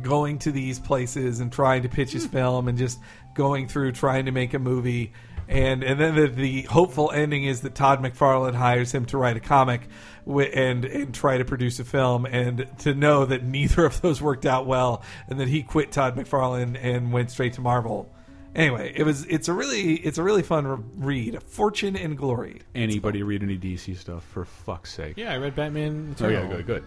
going to these places and trying to pitch his film and just going through trying to make a movie. And and then the, the hopeful ending is that Todd McFarlane hires him to write a comic wi- and and try to produce a film and to know that neither of those worked out well and that he quit Todd McFarlane and went straight to Marvel. Anyway, it was it's a really it's a really fun re- read, Fortune and Glory.
Anybody read any DC stuff for fuck's sake?
Yeah, I read Batman.
Oh
Eternal.
yeah, good, good.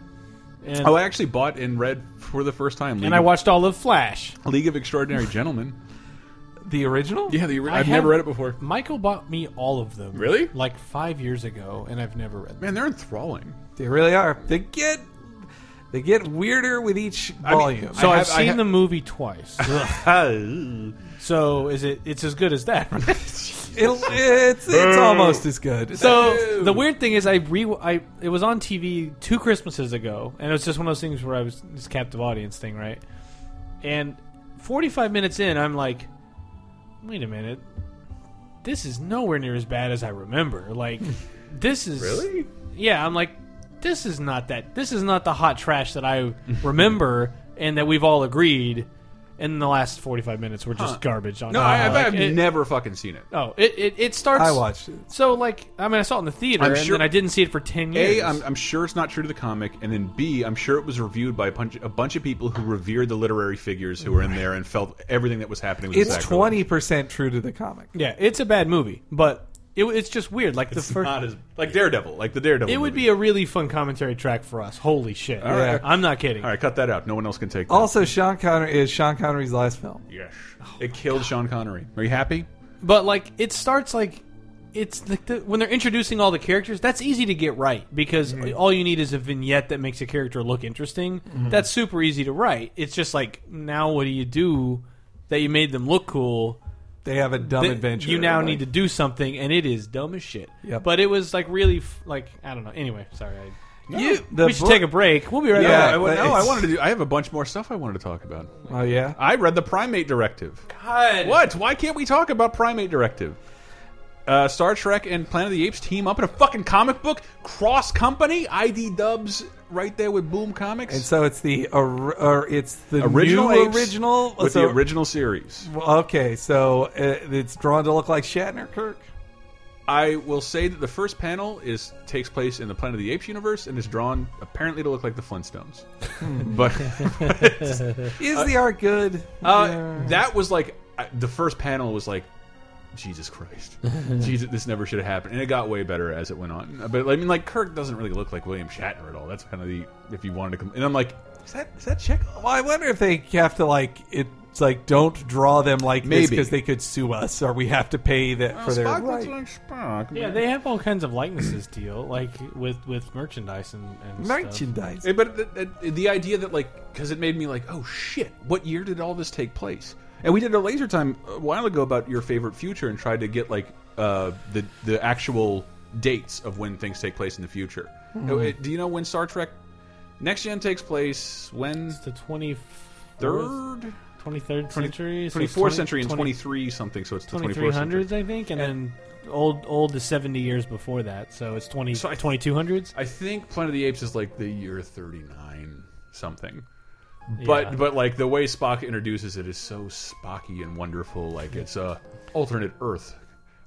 And,
Oh, I actually bought and read for the first time. League
and I
of-
watched all of Flash.
League of Extraordinary Gentlemen.
The original?
Yeah, the,
I
I've never
have-
read it before.
Michael bought me all of them.
Really?
Like five years ago, and I've never read them.
Man, they're enthralling.
They really are. They get they get weirder with each volume.
So
I
I
have-
have
I
seen
ha-
the movie twice. so is it? It's as good as that. right?
It, it's it's almost as good.
So the weird thing is, I re I it was on TV two Christmases ago, and it was just one of those things where I was this captive audience thing, right? And forty five minutes in, I'm like, wait a minute, this is nowhere near as bad as I remember. Like, this is
Really?
yeah. I'm like, this is not that. This is not the hot trash that I remember, and that we've all agreed. In the last forty five minutes, were just garbage. On
No, I, I've,
like,
I've
it-
never fucking seen it.
Oh, it, it, it starts.
I watched it.
So like, I mean, I saw it in the theater,
I'm
and
sure-
then I didn't see it for ten years.
A, I'm, I'm sure it's not true to the comic, and then B, I'm sure it was reviewed by a bunch, a bunch of people who revered the literary figures who were in there and felt everything that was happening. Was
It's
exactly
twenty percent true to the comic.
yeah, it's a bad movie, but it, it's just weird. Like the first,
Not as like Daredevil, like the Daredevil.
it would be a really fun commentary track for us. Holy shit!
right.
Yeah. I'm not kidding.
All right, cut that out. No one else can take. That.
Also, Sean Connery is Sean Connery's last film.
yes, it killed Sean Connery. Are you happy?
But like, it starts like. It's like the, when they're introducing all the characters, that's easy to get right because
Mm-hmm.
all you need is a vignette that makes a character look interesting. That's super easy to write. It's just like now, what do you do that you made them look cool?
They have a dumb
th-
adventure.
You now
Like,
need to do something, and it is dumb as shit.
Yep.
But it was like really, f- like I don't know. Anyway, sorry. I,
You, the
we should
book-
take a break. We'll be right
Yeah,
I,
back.
wa-
but
no, I
it's-
wanted to. Do, I have a bunch more stuff I wanted to talk about.
Oh yeah.
I read the Primate Directive. What? Why can't we talk about Primate Directive? Uh, Star Trek and Planet of the Apes team up in a fucking comic book cross company. ID Dubs right there with Boom Comics.
And so it's the or, or it's the
original
new
Apes
original.
with
so,
the original series.
Okay, so uh, it's drawn to look like Shatner Kirk.
I will say that the first panel is takes place in the Planet of the Apes universe and is drawn apparently to look like the Flintstones.
Hmm.
but
Is the art good?
Uh, that was like I, the first panel was like Jesus Christ, Jesus, this never should have happened, and it got way better as it went on. But I mean, like Kirk doesn't really look like William Shatner at all. That's kind of the if you wanted to, com and I'm like, is that is that check?
well, I wonder if they have to like it's like don't draw them like this
Maybe.
because they could sue us or we have to pay that for their
Spock looks
right.
like Spock.
Yeah, they have all kinds of likenesses deal, like with with merchandise and, and stuff.
merchandise.
Eh, But the, the, the idea that like because it made me like, oh shit, what year did all this take place? And we did a laser time a while ago about your favorite future and tried to get like uh, the the Oh, eh, actual dates of when things take place in the future. Uh, Do you know when Star Trek Next Gen takes place when?
It's the twenty
Third?
twenty third century, so it's
24th
20
century and
20
23 something, so it's the 24th century.
2300s, I think, and, then old old is seventy years before that, so it's 20,
So I-
2200s.
I think Planet of the Apes is like the year 39 something. But but like the way Spock introduces it is so Spocky and wonderful. Like it's a alternate Earth,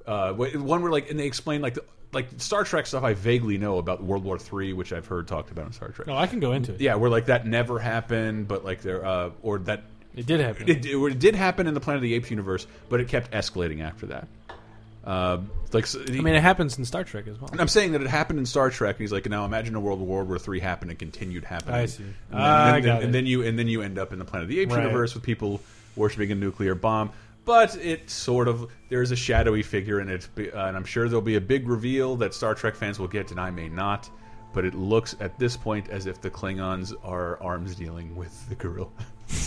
uh, wh- one where like and they explain like the, like Star Trek stuff I vaguely know about World War Three, which I've heard talked about in Star Trek.
No, I can go into it.
Yeah, where like that never happened, but like there uh, or that
it did happen.
it, it, it did happen in the Planet of the Apes universe, but it kept escalating after that. Uh, like so-
I mean, it happens in Star Trek as well.
and I'm saying that it happened in Star Trek, and he's like, now imagine a world where World War Three happened and continued happening.
I see.
And then,
Ah,
and then-
I got
and
it.
then you and then you end up in the Planet of the Apes
Right.
universe with people worshiping a nuclear bomb. But it sort of there is a shadowy figure in it, be- uh, and I'm sure there'll be a big reveal that Star Trek fans will get, and I may not. But it looks at this point as if the Klingons are arms dealing with the gorilla.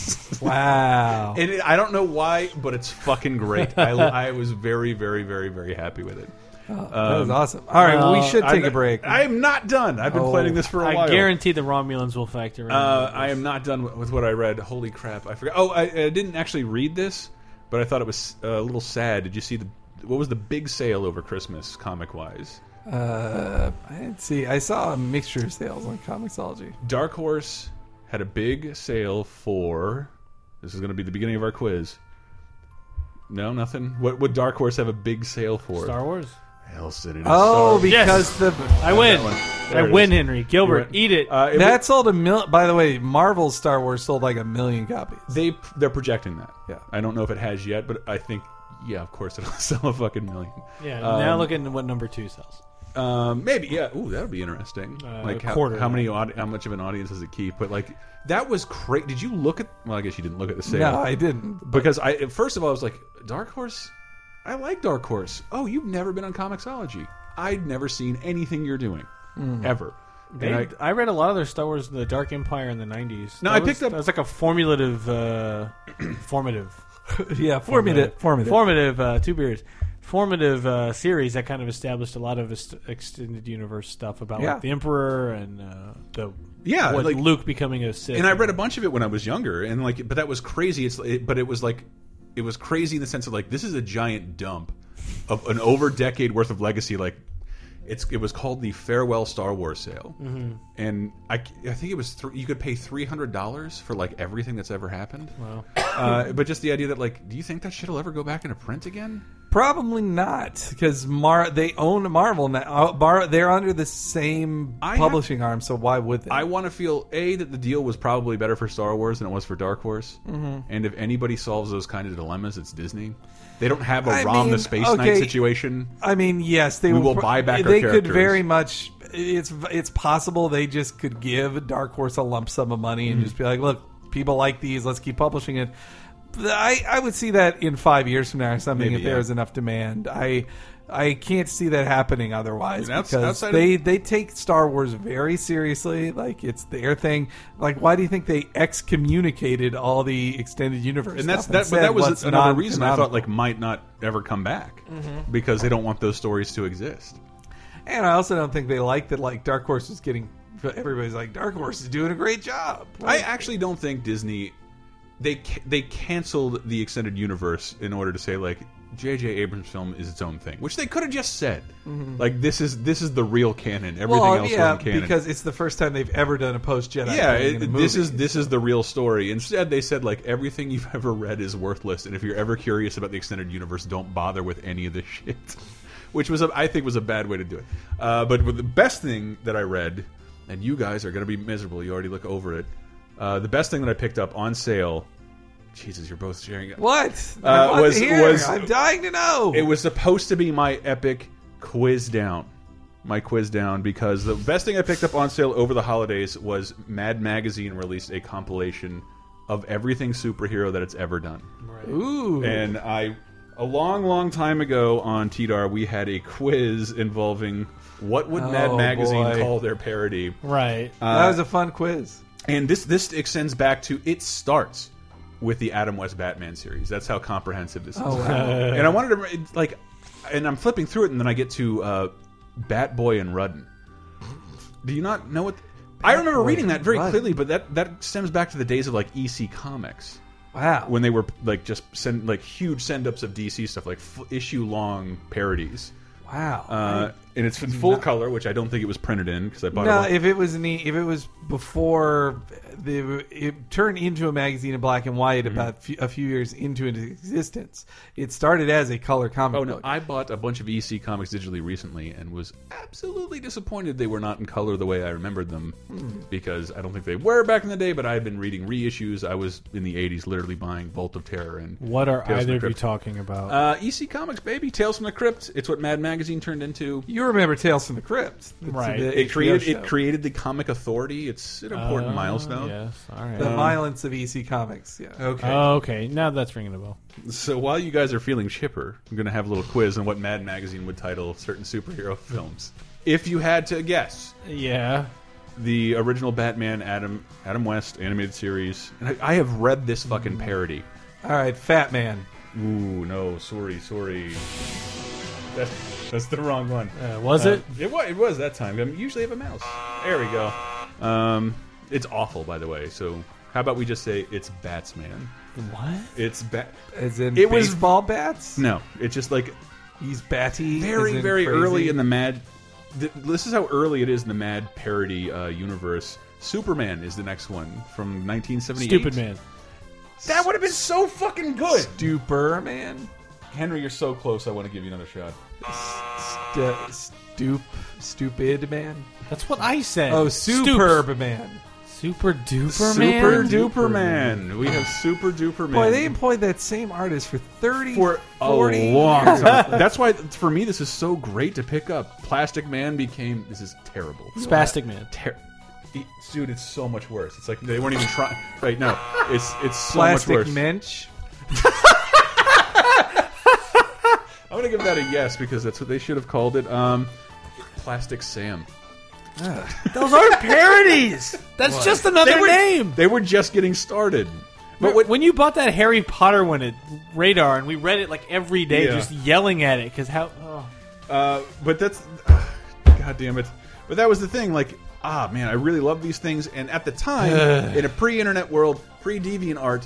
Oh.
Wow.
And it, I don't know why, but it's fucking great. I, I was very, very, very, very happy with it.
that
Um,
was awesome. All right, well, we
well,
should take
I'm-
a break.
I'm not done. I've been
Oh,
planning this for a while.
I guarantee the Romulans will factor in.
Uh, I am not done with, with what I read. Holy crap! I forgot. Oh, I, I didn't actually read this, but I thought it was uh, a little sad. Did you see the what was the big sale over Christmas comic wise?
Uh, I didn't see. I saw a mixture of sales on Comixology.
Dark Horse had a big sale for. This is going to be the beginning of our quiz. No, nothing. What would Dark Horse have a big sale for?
Star Wars.
Hellson. It is
Oh,
Star-
because the
I win.
one.
I
There it
win,
is.
Henry Gilbert.
win.
Eat it.
Uh, it
that sold a mil. By the way, Marvel's Star Wars sold like a million copies.
They they're projecting that.
Yeah.
I don't know if it has yet, but I think yeah, of course it'll sell a fucking million.
yeah.
um,
now look at what number two sells.
Um, maybe yeah. Ooh, that'll be interesting.
Uh,
like
a
how,
quarter.
how many aud- how much of an audience does it keep? But like that was great. Did you look at? Well, I guess you didn't look at the sale.
No, I didn't.
because I at first of all I was like Dark Horse. I like Dark Horse. Oh, you've never been on Comixology. I'd never seen anything you're doing
Mm-hmm.
ever. And
They, I,
I-
read a lot of their Star Wars: The Dark Empire in the '90s.
No,
That
I
was-
picked up-
that was like a formulative, uh, formative,
Yeah, formative, formative.
formative. Uh, two beers, formative uh, series that kind of established a lot of est- extended universe stuff about
Yeah.
like, the Emperor and uh, the
Yeah,
what,
like-
Luke becoming a Sith.
and I read a bunch of it when I was younger, and like, but that was crazy. It's it, but it was like, it was crazy in the sense of like, this is a giant dump of an over decade worth of legacy. Like, it's it was called the farewell Star Wars sale, and I I think it was thr you could pay three hundred dollars for like everything that's ever happened.
Wow.
Uh, but just the idea that like, do you think that shit'll ever go back into print again?
Probably not, because Mar they own Marvel now. Uh, Mar- they're under the same
I have-
publishing arm, so why would they?
I want to feel a that the deal was probably better for Star Wars than it was for Dark Horse.
Mm-hmm.
And if anybody solves those kind of dilemmas, it's Disney. They don't have a
I
Rom the
mean,
Space Knight
okay.
situation.
I mean, yes, they
We
will
will buy back our
They
characters.
could very much. It's it's possible they just could give Dark Horse a lump sum of money
Mm-hmm.
and just be like, look, people like these, let's keep publishing it. But I I would see that in five years from now or something if
Maybe,
there
yeah.
was enough demand. I. I can't see that happening otherwise
And outs-
because
outside of-
they, they take Star Wars very seriously. Like it's their thing. Like why do you think they excommunicated all the extended universe?
And that's
stuff
that. But
said
that was
what's
another
not Mm-hmm.
reason I
canonical?
thought like might not ever come back because they don't want those stories to exist.
And I also don't think they like that. Like Dark Horse is getting everybody's like Dark Horse is doing a great job.
I
Like,
actually don't think Disney they ca- they canceled the extended universe in order to say like J.J. Abrams' film is its own thing, which they could have just said. Like this is this is the real canon. Everything
Mm-hmm. well,
else
yeah,
wasn't canon
because it's the first time they've ever done a post Jedi.
yeah,
thing in
it-
a
this
movie.
is this is the real story. Instead, they said like everything you've ever read is worthless, and if you're ever curious about the extended universe, don't bother with any of this shit. Which was, a, I think, was a bad way to do it. Uh, but with the best thing that I read, and you guys are going to be miserable. You already look over it. Uh, the best thing that I picked up on sale. Jesus, you're both sharing. it.
what I want to
uh, was-
hear.
was-
I'm dying to know.
It was supposed to be my epic quiz down. My quiz down because the best thing I picked up on sale over the holidays was Mad Magazine released a compilation of everything superhero that it's ever done.
Ooh,
And I, a long, long time ago on TDAR, we had a quiz involving what would Mad
Oh,
Magazine
boy.
call their parody.
right.
Uh,
that was a fun quiz.
And this this extends back to it starts with the Adam West Batman series. That's how comprehensive this is. and I wanted to it's like, and I'm flipping through it, and then I get to uh, Bat Boy and Rudden. Do you not know what? I remember reading that very
Right.
clearly, but that that stems back to the days of like EC Comics
Wow.
when they were like just send like huge send ups of DC stuff, like f issue long parodies.
wow.
Uh, and it's in full color, which I don't think it was printed in because I bought
no,
it.
if it was neat, if it was before the it turned into a magazine in black and white
Mm-hmm.
about few, a few years into its existence, it started as a color comic
Oh no!
book.
I bought a bunch of EC comics digitally recently and was absolutely disappointed they were not in color the way I remembered them
Hmm.
because I don't think they were back in the day. But I had been reading reissues. I was in the '80s, literally buying Bolt of Terror and
What are
Tales
either
from
of
the
you
Crypt.
talking about?
Uh, EC Comics, baby, Tales from the Crypt. It's what Mad Magazine turned into.
You remember Tales from the Crypt, It's
Right.
the
It
HBO
created it
show. Oh,
created the comic authority. It's an important
Uh,
milestone.
Yes. All right.
the violence of EC Comics. Yeah.
Okay.
Oh, okay. Now that's ringing a bell.
So while you guys are feeling chipper, I'm going to have a little quiz on what Mad Magazine would title certain superhero films. If you had to guess,
Yeah.
the original Batman Adam Adam West animated series, and I, I have read this fucking parody.
All right, Fat Man.
Ooh, no, sorry, sorry. That's that's the wrong one.
Uh, was it?
It was, it was that time. I mean, usually I have a mouse. There we go. Um, it's awful, by the way. So how about we just say it's Batsman?
What?
It's bat.
As in
It was-
baseball bats?
No, it's just like
He's batty.
very,
as in
very
crazy.
early in the Mad. Th this is how early it is in the Mad parody uh, universe. Superman is the next one from 1978.
Stupid man.
That would have been so fucking good.
Stuperman?
Henry, you're so close. I want to give you another shot.
St- stoop stupid man?
That's what I said.
Oh,
Stoops.
superb man.
Super duper
Super
man.
Duper Man. We have Super Duper Man.
Boy, they employed that same artist for 30,
for
40
a long time. That's why, for me, this is so great to pick up. Plastic Man became this is terrible.
Spastic man.
Ter- it- dude, it's so much worse. It's like they weren't even trying. Right? No, it's it's so much
plastic
worse.
mensch.
I'm gonna give that a yes because that's what they should have called it. Um, Plastic Sam.
Those aren't parodies. That's just another name.
They were just getting started.
But when, when you bought that Harry Potter one at Radar, and we read it like every day,
Yeah.
just yelling at it because how? Oh.
Uh, but that's god damn it but that was the thing like ah man i really love these things and at the time in a pre-internet world pre-deviant art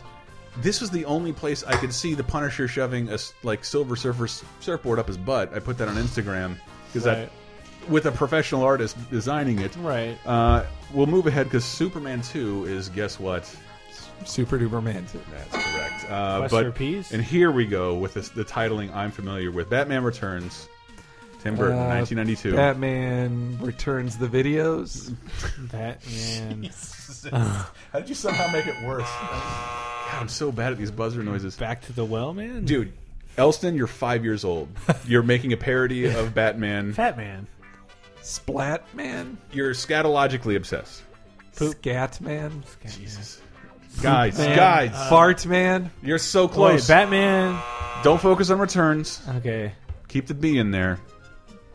this was the only place i could see the punisher shoving a s- like silver surfer's surfboard up his butt i put that on instagram because
Right.
that with a professional artist designing it
Right.
uh, we'll move ahead because superman 2 is guess what
Super duper man. too.
that's correct uh,
Buster
but
Peas?
and here we go with this, the titling i'm familiar with batman returns tim burton
Uh,
1992
Batman returns the videos.
That man.
How did you somehow make it worse? God, I'm so bad at these buzzer noises.
Back to the well, man.
Dude, Elston, you're five years old. You're making a parody of Batman.
Fat man.
Splat man.
You're scatologically obsessed.
Scat man.
Jesus. Guys,
Man. Uh,
guys,
Fart man.
you're so
Wait,
close.
Batman.
Don't focus on returns.
Okay.
Keep the B in there.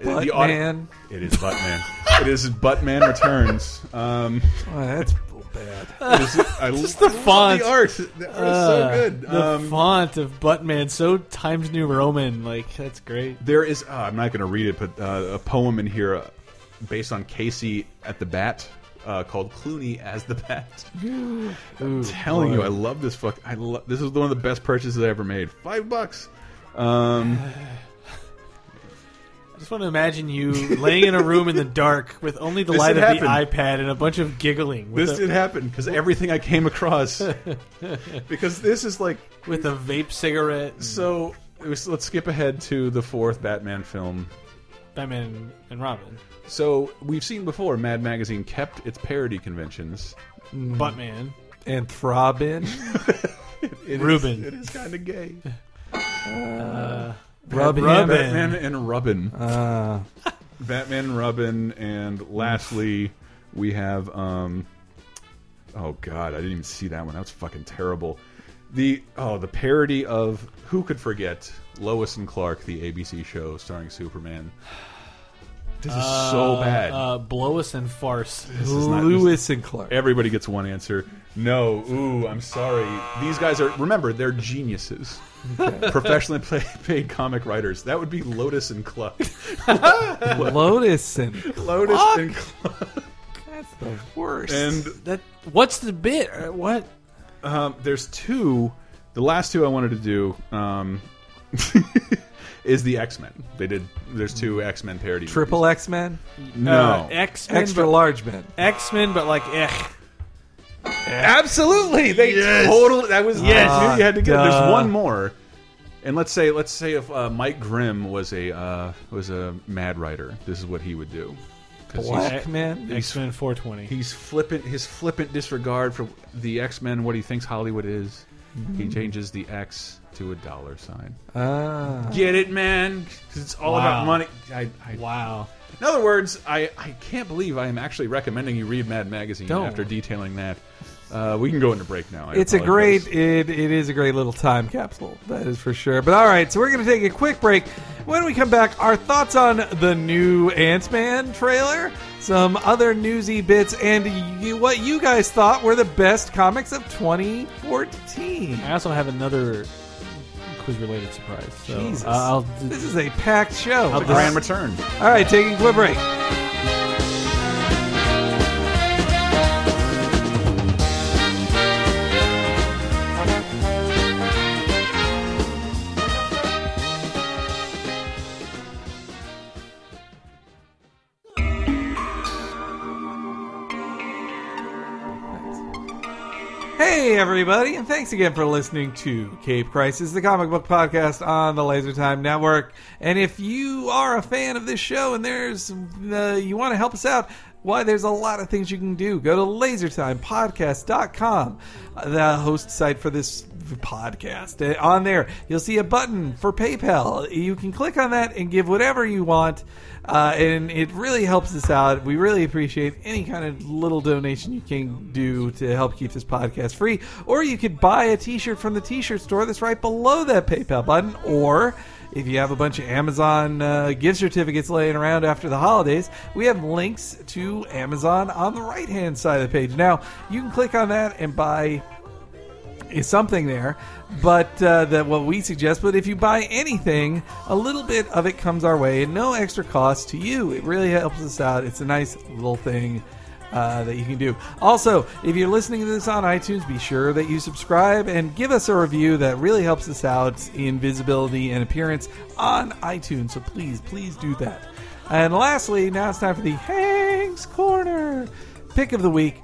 Butt
The audi-
man.
It is Buttman. it is Buttman Returns. Um,
Oh, that's bad.
it is, I Just
the font. Uh,
The art. That was so good.
The
Um,
font of Buttman, so Times New Roman, like that's great.
There is, uh, I'm not going to read it, but uh, a poem in here uh, based on Casey at the Bat uh, called Clooney as the Bat. I'm telling you, I love this fuck. I love this is one of the best purchases I ever made. Five bucks. Um,
I just want to imagine you laying in a room in the dark with only the
This
light of
did
the
happen.
iPad and a bunch of giggling with,
this
a,
did happen because everything I came across, because this is like
with a vape cigarette.
so. It was, let's skip ahead to the fourth Batman film.
Batman and Robin,
So we've seen before, Mad Magazine kept its parody conventions. Mm.
Buttman,
And throbbing.
It is-
Reuben.
it is kind of gay.
Rubbing.
Rubbin.
Batman and Robin.
Uh,
Batman, Robin, and lastly, we have. Um, oh God, I didn't even see that one. That was fucking terrible. The oh, the parody of who could forget Lois and Clark, the ABC show starring Superman. This is so bad.
uh, Blois and Farce.
this is not, this-
Lewis and Clark.
everybody gets one answer. No, ooh, I'm sorry. These guys are. Remember, they're geniuses, professionally play, paid comic writers. That would be Lotus and Clark.
Lotus and
Lotus and Clark.
Kind That's the worst.
And
That what's the bit? Uh, What?
um, there's two. The last two I wanted to do um, is the X Men. They did. There's two X Men parody.
Triple X Men,
movies. No.
X Men.
extra large men.
X Men, but like, eh.
Absolutely, they totally. That was yes. you had to get.
Ah, Duh.
There's one more, and let's say let's say if uh, Mike Grimm was a uh, was a Mad Writer, this is what he would do. 'Cause he's-
Black men.
X Men 420.
He's flippant. His flippant disregard for the X Men, what he thinks Hollywood is.
Mm-hmm.
He changes the X to a dollar sign.
Ah.
Get it, man? 'Cause it's all
Wow.
about money. I, I,
Wow.
in other words, I, I can't believe I am actually recommending you read Mad Magazine
Don't.
after detailing that. Uh, we can go into break now. I
It's a
apologize.
great it, it is a great little time capsule, that is for sure. But all right, so we're going to take a quick break. When we come back, our thoughts on the new Ant-Man trailer, some other newsy bits and you, what you guys thought were the best comics of 2014.
I also have another quiz related surprise. So
Jesus.
uh, I'll.
This is a packed show.
It's a grand return.
all right, taking a quick break. Hey, everybody, and thanks again for listening to Cape Crisis, the comic book podcast on the Laser Time Network. And if you are a fan of this show and there's uh, you want to help us out, why, there's a lot of things you can do. Go to lasertimepodcast.com, uh, the host site for this podcast. Uh, On there, you'll see a button for PayPal. You can click on that and give whatever you want, uh, and it really helps us out. We really appreciate any kind of little donation you can do to help keep this podcast free. Or you could buy a t shirt from the t shirt store that's right below that PayPal button, or if you have a bunch of Amazon uh, gift certificates laying around after the holidays, we have links to Amazon on the right hand side of the page. Now, you can click on that and buy is something there, but uh, that what we suggest. But if you buy anything, a little bit of it comes our way, and no extra cost to you. It really helps us out. It's a nice little thing. Uh, that you can do. Also, if you're listening to this on iTunes, be sure that you subscribe and give us a review. That really helps us out in visibility and appearance on iTunes. So please, please do that. And lastly, now it's time for the Hank's Corner pick of the week.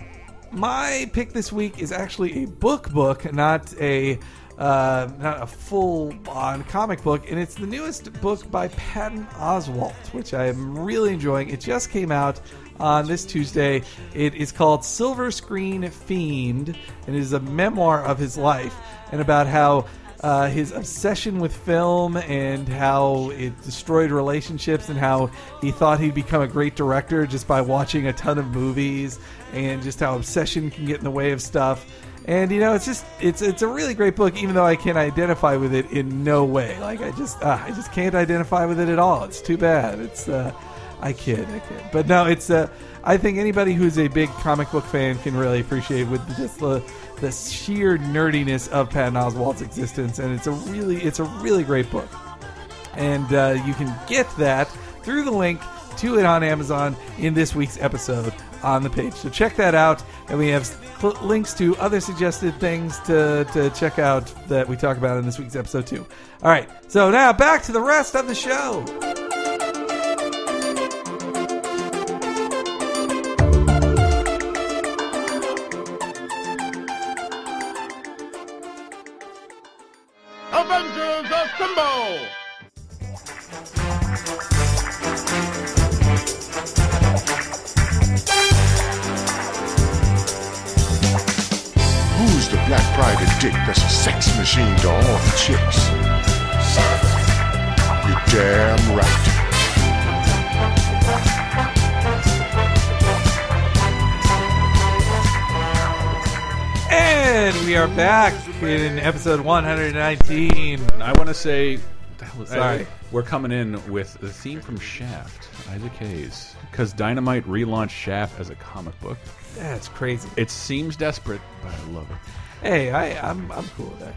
My pick this week is actually a book book, not a uh, not a full on comic book, and it's the newest book by Patton Oswalt, which I am really enjoying. It just came out on this Tuesday. It is called Silver Screen Fiend, and it is a memoir of his life and about how uh, his obsession with film and how it destroyed relationships and how he thought he'd become a great director just by watching a ton of movies and just how obsession can get in the way of stuff and you know it's just it's it's a really great book even though i can't identify with it in no way like i just uh, i just can't identify with it at all it's too bad it's uh i kid i kid but no it's uh i think anybody who's a big comic book fan can really appreciate with just the the sheer nerdiness of patton oswalt's existence and it's a really it's a really great book and uh, you can get that through the link to it on Amazon in this week's episode on the page. So check that out, and we have cl- links to other suggested things to, to check out that we talk about in this week's episode too. All right, so now back to the rest of the show.
Avengers Assemble!
Who's the black private dick that's a sex machine to all the chicks? You're damn right.
And we are back in episode 119.
I want to say, that was-
Sorry.
I- we're coming in with the theme from Shaft, Isaac Hayes, because Dynamite relaunched Shaft as a comic book.
That's crazy.
It seems desperate, but I love it.
Hey, I, I'm I'm cool with that.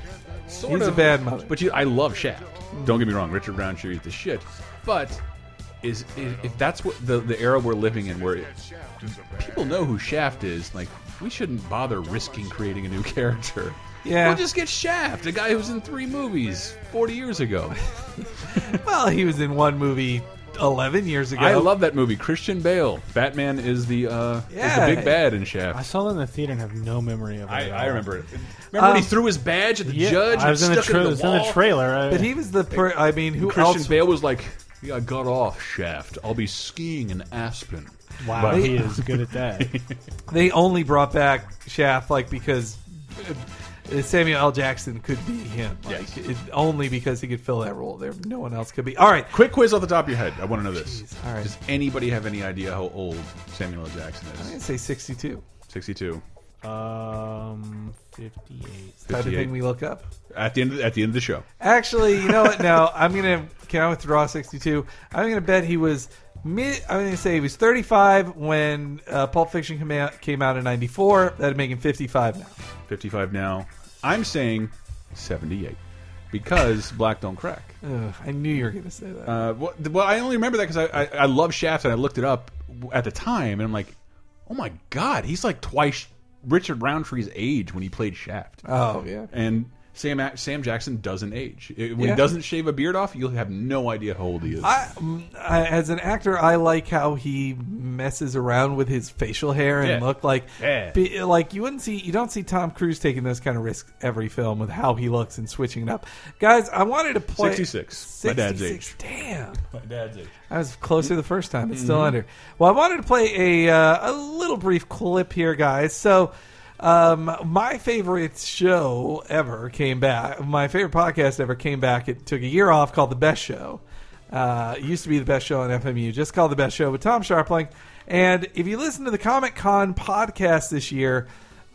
Sort
He's a bad mother.
But you, I love Shaft. Don't get me wrong, Richard Brown sure is the shit. But is, is if that's what the the era we're living in, where people know who Shaft is, like we shouldn't bother risking creating a new character.
Yeah.
we'll just get Shaft, a guy who was in three movies forty years ago.
Well, he was in one movie eleven years ago.
I love that movie. Christian Bale, Batman is the uh,
Yeah.
is the big bad in
I
Shaft.
saw that in the theater and have no memory of it.
I,
at
I
all.
remember it. Remember when he
Um,
threw his badge at the
Yeah,
judge?
I was in
and
the,
stuck it
tra- it
in the
was in the
wall?
trailer. I,
But he was the. Per- I mean, who
Christian
else?
Bale was like, "Yeah, I got off Shaft. I'll be skiing in Aspen."
wow, he is good at that.
They only brought back Shaft like because uh, Samuel L. Jackson could be him. Like,
Yes.
it, only because he could fill that role. There, no one else could be. All right.
Quick quiz off the top of your head. I want to know this.
Jeez, all right.
Does anybody have any idea how old Samuel L. Jackson
I
is?
say 62.
62.
Um, fifty-eight.
It's the Type of
58.
thing we look up.
At the end of the, at the end of the show.
Actually, you know what? No, I'm gonna. Can I withdraw 62? I'm gonna bet he was mid. I'm gonna say he was 35 when uh, Pulp Fiction came out, came out in '94. That'd make him 55 now.
55 now. I'm saying 78 because Black Don't Crack.
Ugh, I knew you were gonna say that.
Uh, well, th- well, I only remember that because I, I I love Shaft and I looked it up w- at the time and I'm like, oh my god, he's like twice Richard Roundtree's age when he played Shaft.
oh yeah.
and Sam Ac- Sam Jackson doesn't age. It- when
Yeah.
he doesn't shave a beard off, you'll have no idea how old he is.
I, mm, I, as an actor, I like how he messes around with his facial hair and
Yeah.
look like,
Yeah.
be, like you wouldn't see, you don't see Tom Cruise taking those kind of risks every film with how he looks and switching it up. Guys, I wanted to play
66, my dad's
66,
age.
Damn,
My dad's age.
I was closer the first time. It's still under. Well, I wanted to play a uh, a little brief clip here, guys. So. Um, my favorite show ever came back. My favorite podcast ever came back. It took a year off, called The Best Show. Uh, it used to be the best show on FMU, just called The Best Show with Tom Sharpling. And if you listen to the Comic Con podcast this year,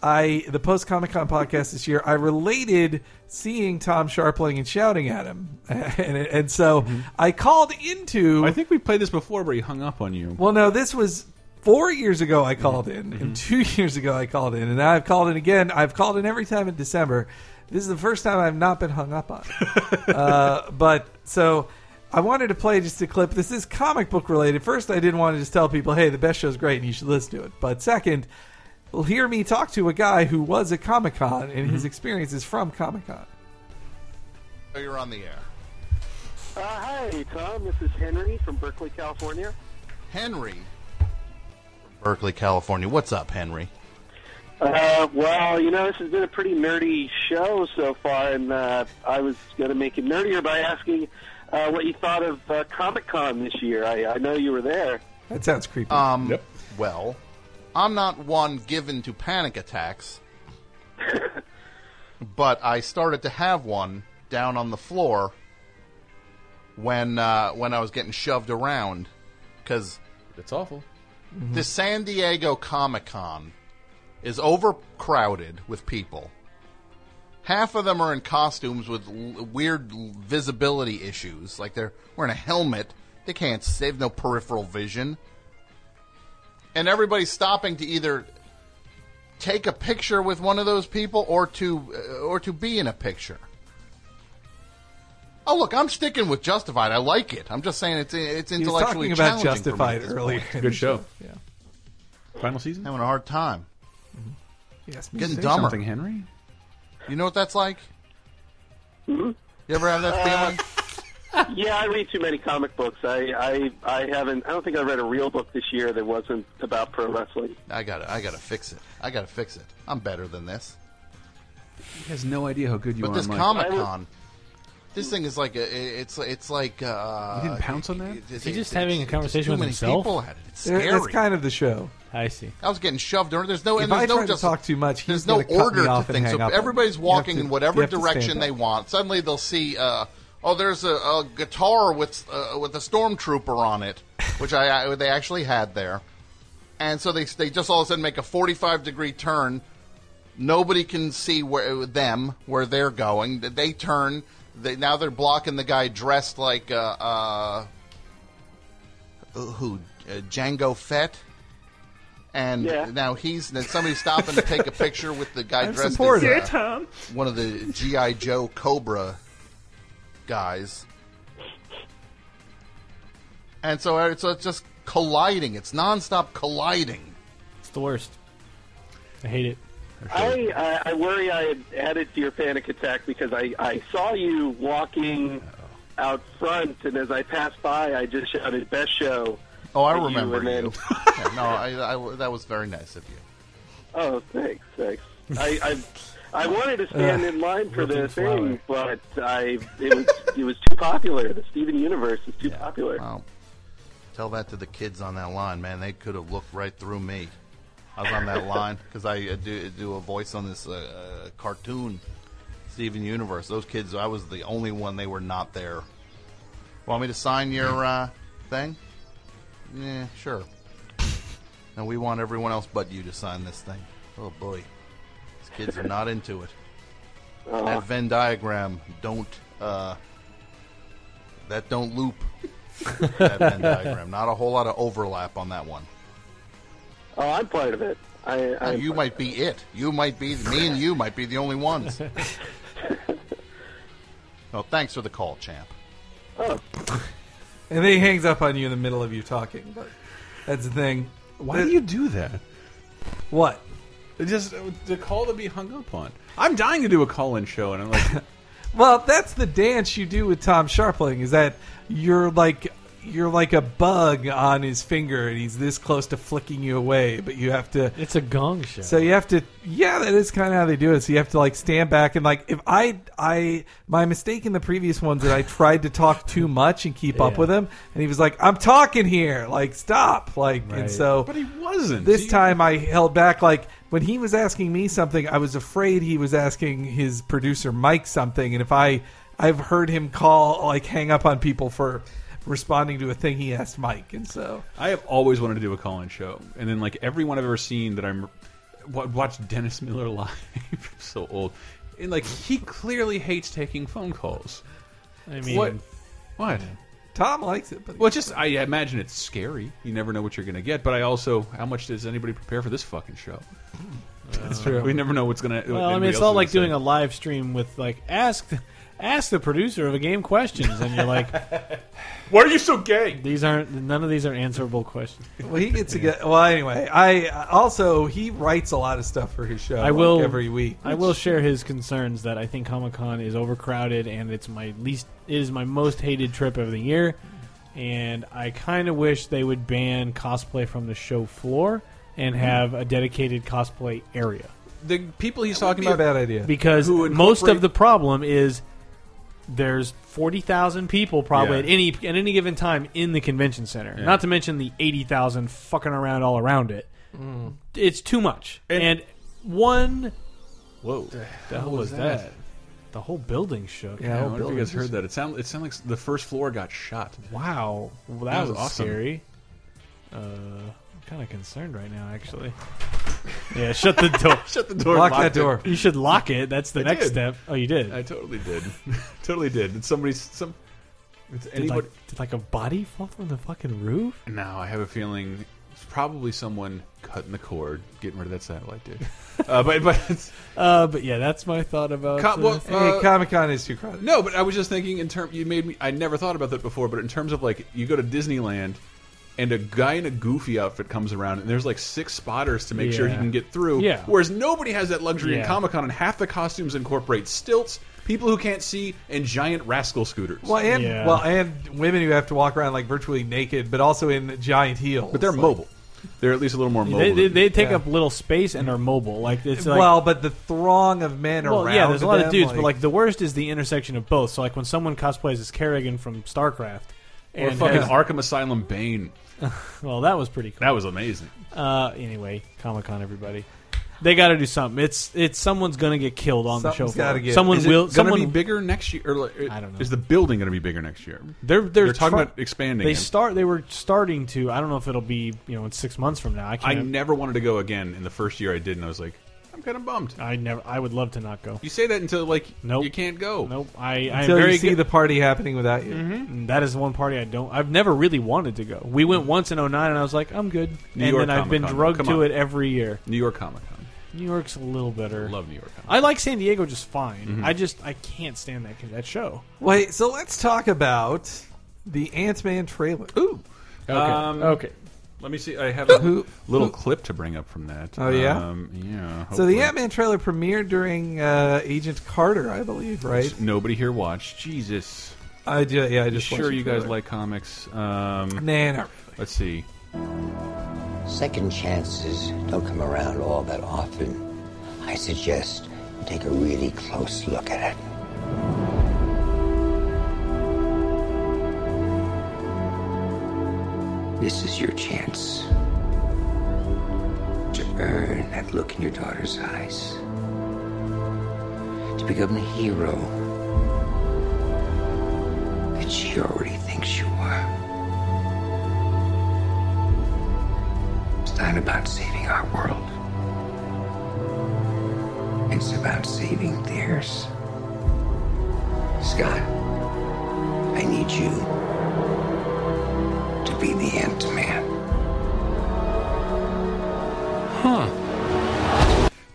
I the post Comic Con podcast this year, I related seeing Tom Sharpling and shouting at him, and, and so I called into.
I think we played this before, but he hung up on you.
Well, no, this was four years ago I called in,
Mm-hmm.
and two years ago I called in, and now I've called in again. I've called in every time in December. This is the first time I've not been hung up on. uh, but so I wanted to play just a clip. This is comic book related. First, I didn't want to just tell people, hey, the best show's great and you should listen to it. But second, hear me talk to a guy who was at Comic Con and
Mm-hmm.
his experience is from Comic Con.
Oh, you're on the air.
Uh, hi, Tom. This is Henry from Berkeley, California.
Henry from Berkeley, California. What's up, Henry?
Uh, well, you know, this has been a pretty nerdy show so far, and uh, I was going to make it nerdier by asking uh, what you thought of uh, Comic Con this year. I, I know you were there.
That sounds creepy.
Um,
Yep.
well, I'm not one given to panic attacks, but I started to have one down on the floor when uh, when I was getting shoved around because
It's awful.
the San Diego Comic Con is overcrowded with people. Half of them are in costumes with l- weird l- visibility issues, like they're wearing a helmet. They can't. s- They have no peripheral vision, and everybody's stopping to either take a picture with one of those people or to uh, or to be in a picture. Oh look, I'm sticking with Justified. I like it. I'm just saying it's it's
he was
intellectually
talking about
challenging for me at
Justified
this
earlier. in the
Good show.
Yeah.
Final season.
Having a hard time.
Yes, me
Getting
too.
dumber.
Something Henry.
You know what that's like? You ever have that feeling?
Yeah, I read too many comic books. I, I, I haven't. I don't think I read a real book this year that wasn't about pro wrestling.
I gotta, I gotta fix it. I gotta fix it. I'm better than this.
He has no idea how good you
But
are.
this
on mic.
Comic Con, this thing is like a, it- it's, it's like. Uh,
You didn't pounce on that?
it- it-
he just
it's-
having a
it's-
conversation
too
with
many
himself?
People at it. It's
There-
scary.
That's kind of the show.
I see.
I was getting shoved around. There's no, and
If
there's
I
no
try to
just
talk too much, he's
There's no
gonna cut me
order to
off and
things.
hang
So
up on me.
everybody's
You have
walking
to-
in
you
whatever
have to stand
direction they
up.
want. Suddenly they'll see, uh, oh, there's a, a guitar with uh, with a stormtrooper on it, which I, I they actually had there, and so they they just all of a sudden make a 45 degree turn. Nobody can see where them where they're going. They turn. They now they're blocking the guy dressed like uh, uh, who uh, Django Fett. And
Yeah.
now he's then somebody stopping to take a picture with the guy
I'm
dressed
supportive.
as uh, one of the GI Joe Cobra guys. and so it's, so it's just colliding. It's nonstop colliding.
It's the worst.
I hate it.
I, I, I worry I had added to your panic attack because I, I saw you walking out front, and as I passed by, I just shouted, best show.
Oh, I
at you,"
remember
and
you.
then-
Yeah, no, I, I- that was very nice of you.
Oh, thanks, thanks. I, I, I wanted to stand in line for the thing, but I it was it was too popular. The Steven Universe is too popular.
Well, tell that to the kids on that line, man. They could have looked right through me. I was on that line because I uh, do, do a voice on this uh, uh, cartoon, Steven Universe. Those kids, I was the only one. They were not there. Want me to sign your uh, thing? Yeah, sure. And we want everyone else but you to sign this thing. Oh boy, these kids are not into it. That Venn diagram don't uh, that don't loop. that Venn diagram, not a whole lot of overlap on that one.
Oh, I'm part of it. I, I
you might be it. You might be me, and you might be the only ones. well, thanks for the call, champ.
And then he hangs up on you in the middle of you talking. But that's the thing.
Why do you do that?
What?
It just uh, the call to be hung up on. I'm dying to do a call-in show, and I'm like,
Well, that's the dance you do with Tom Sharpling. Is that you're like you're like a bug on his finger, and he's this close to flicking you away, but you have to.
It's a gong show.
So you have to, yeah, that is kind of how they do it. So you have to like stand back and like, if I, I, my mistake in the previous ones that I tried to talk too much and keep up
Yeah.
with him, and he was like, "I'm talking here, like stop," like,
Right.
and so.
but he wasn't.
this
He-
time I held back. Like when he was asking me something, I was afraid he was asking his producer Mike something, and if I I've heard him call like hang up on people for responding to a thing he asked Mike, and so
I have always wanted to do a call-in show, and then like everyone I've ever seen that I'm wa- watched Dennis Miller live. I'm so old, and like he clearly hates taking phone calls.
I mean,
what? What?
Tom likes it, but
Well, it's just I imagine it's scary. You never know what you're going to get. But I also, how much does anybody prepare for this fucking show? Uh,
it's true.
We never know what's going to.
Well, I mean, it's not like doing a live stream with like ask ask the producer of a game questions, and you're like,
Why are you so gay?
these aren't none of these are answerable questions.
Well, he gets to get. Well, anyway, I also he writes a lot of stuff for his show.
I will
like, every week.
I will share his concerns that I think Comic Con is overcrowded, and it's my least it is my most hated trip of the year. And I kind of wish they would ban cosplay from the show floor and
Mm-hmm.
have a dedicated cosplay area.
The people he's talking
Be a
about.
bad idea.
because
who
most
incorporate-
of the problem is there's 40,000 people probably
Yeah.
at any at any given time in the convention center. Not to mention the 80,000 fucking around all around it. It's too much.
Mm. And-
And, one
Whoa!
the hell was that? The whole building shook.
I
yeah,
don't know if you
buildings.
guys heard that. It sounded. It sounded like the first floor got shot.
Wow. Well, that,
That was
was,
awesome.
scary. Uh, I'm kind of concerned right now actually. Yeah, shut the door.
Shut the door.
Lock that door.
you should lock it. That's the next
did.
step. Oh, you did.
I totally did. totally did. Did somebody? Some. It's
did,
anybody?
like, did like a body fall from the fucking roof?
No, I have a feeling it's probably someone cutting the cord, getting rid of that satellite, dude. uh, but but it's,
Uh, but yeah, that's my thought about.
co- well,
Hey,
uh,
Comic Con is too crowded.
No, but I was just thinking in terms. You made me. I never thought about that before. But in terms of like, you go to Disneyland, and a guy in a goofy outfit comes around, and there's like six spotters to make sure he
Yeah.
can get through.
Yeah.
Whereas nobody has that luxury in
Yeah.
Comic Con, and half the costumes incorporate stilts, people who can't see, and giant rascal scooters.
Well, and
Yeah.
well, and women who have to walk around like virtually naked, but also in giant heels.
But they're
Like-
mobile. They're at least a little more mobile.
they, they,
than-
they take
Yeah.
up little space and are mobile. Like it's like
well, but the throng of men
well,
around.
yeah, there's a lot of
them,
dudes, but like the worst is the intersection of both. So like when someone cosplays as Kerrigan from StarCraft,
or
and
fucking
has-
Arkham Asylum Bane.
well, that was pretty cool.
That was amazing.
Uh, anyway, Comic Con, everybody. They got to do something. It's it's someone's gonna get killed on the
Something's
show.
gotta
floor.
get-
someone
Is it
will.
gonna
Someone
be bigger next year? Or like,
I don't know.
Is the building going to be bigger next year?
They're they're,
They're talking
try-
about expanding.
They
it.
start. They were starting to. I don't know if it'll be you know in six months from now. I
I
can't.
never wanted to go again. In the first year I did, and I was like, I'm kind of bummed.
I, never. I would love to not go.
You say that until like
Nope.
you can't go.
Nope. I. I am
until
very
you see
good- Mm-hmm.
the party happening without you.
And That is one party I don't. I've never really wanted to go. We went once in 09 and I was like, I'm good.
New
and
York
then I've been
Comic-Con.
drugged
Come
to
on.
it every year.
New York Comic Con.
New York's a little better.
Love Mm-hmm. New York Comic.
I like San Diego just fine. I just I can't stand that that show.
Wait, so let's talk about The Ant Man trailer.
Ooh.
Okay. Oh.
Um,
okay.
Let me see. I have a
Who-
little
who-
clip to bring up from that.
Oh, yeah?
Um,
So
yeah.
the
hopefully.
Ant Man trailer premiered during uh, Agent Carter, I believe, right?
Nobody here watched. Jesus.
I do. Yeah, I just
sure
watched the
you guys
trailer.
like comics. Um,
Nah, not really.
let's see.
Second chances don't come around all that often. I suggest you take a really close look at it. This is your chance to earn that look in your daughter's eyes, to become the hero that she already thinks you are. It's not about saving our world. It's about saving theirs. Scott, I need you to be the Ant Man.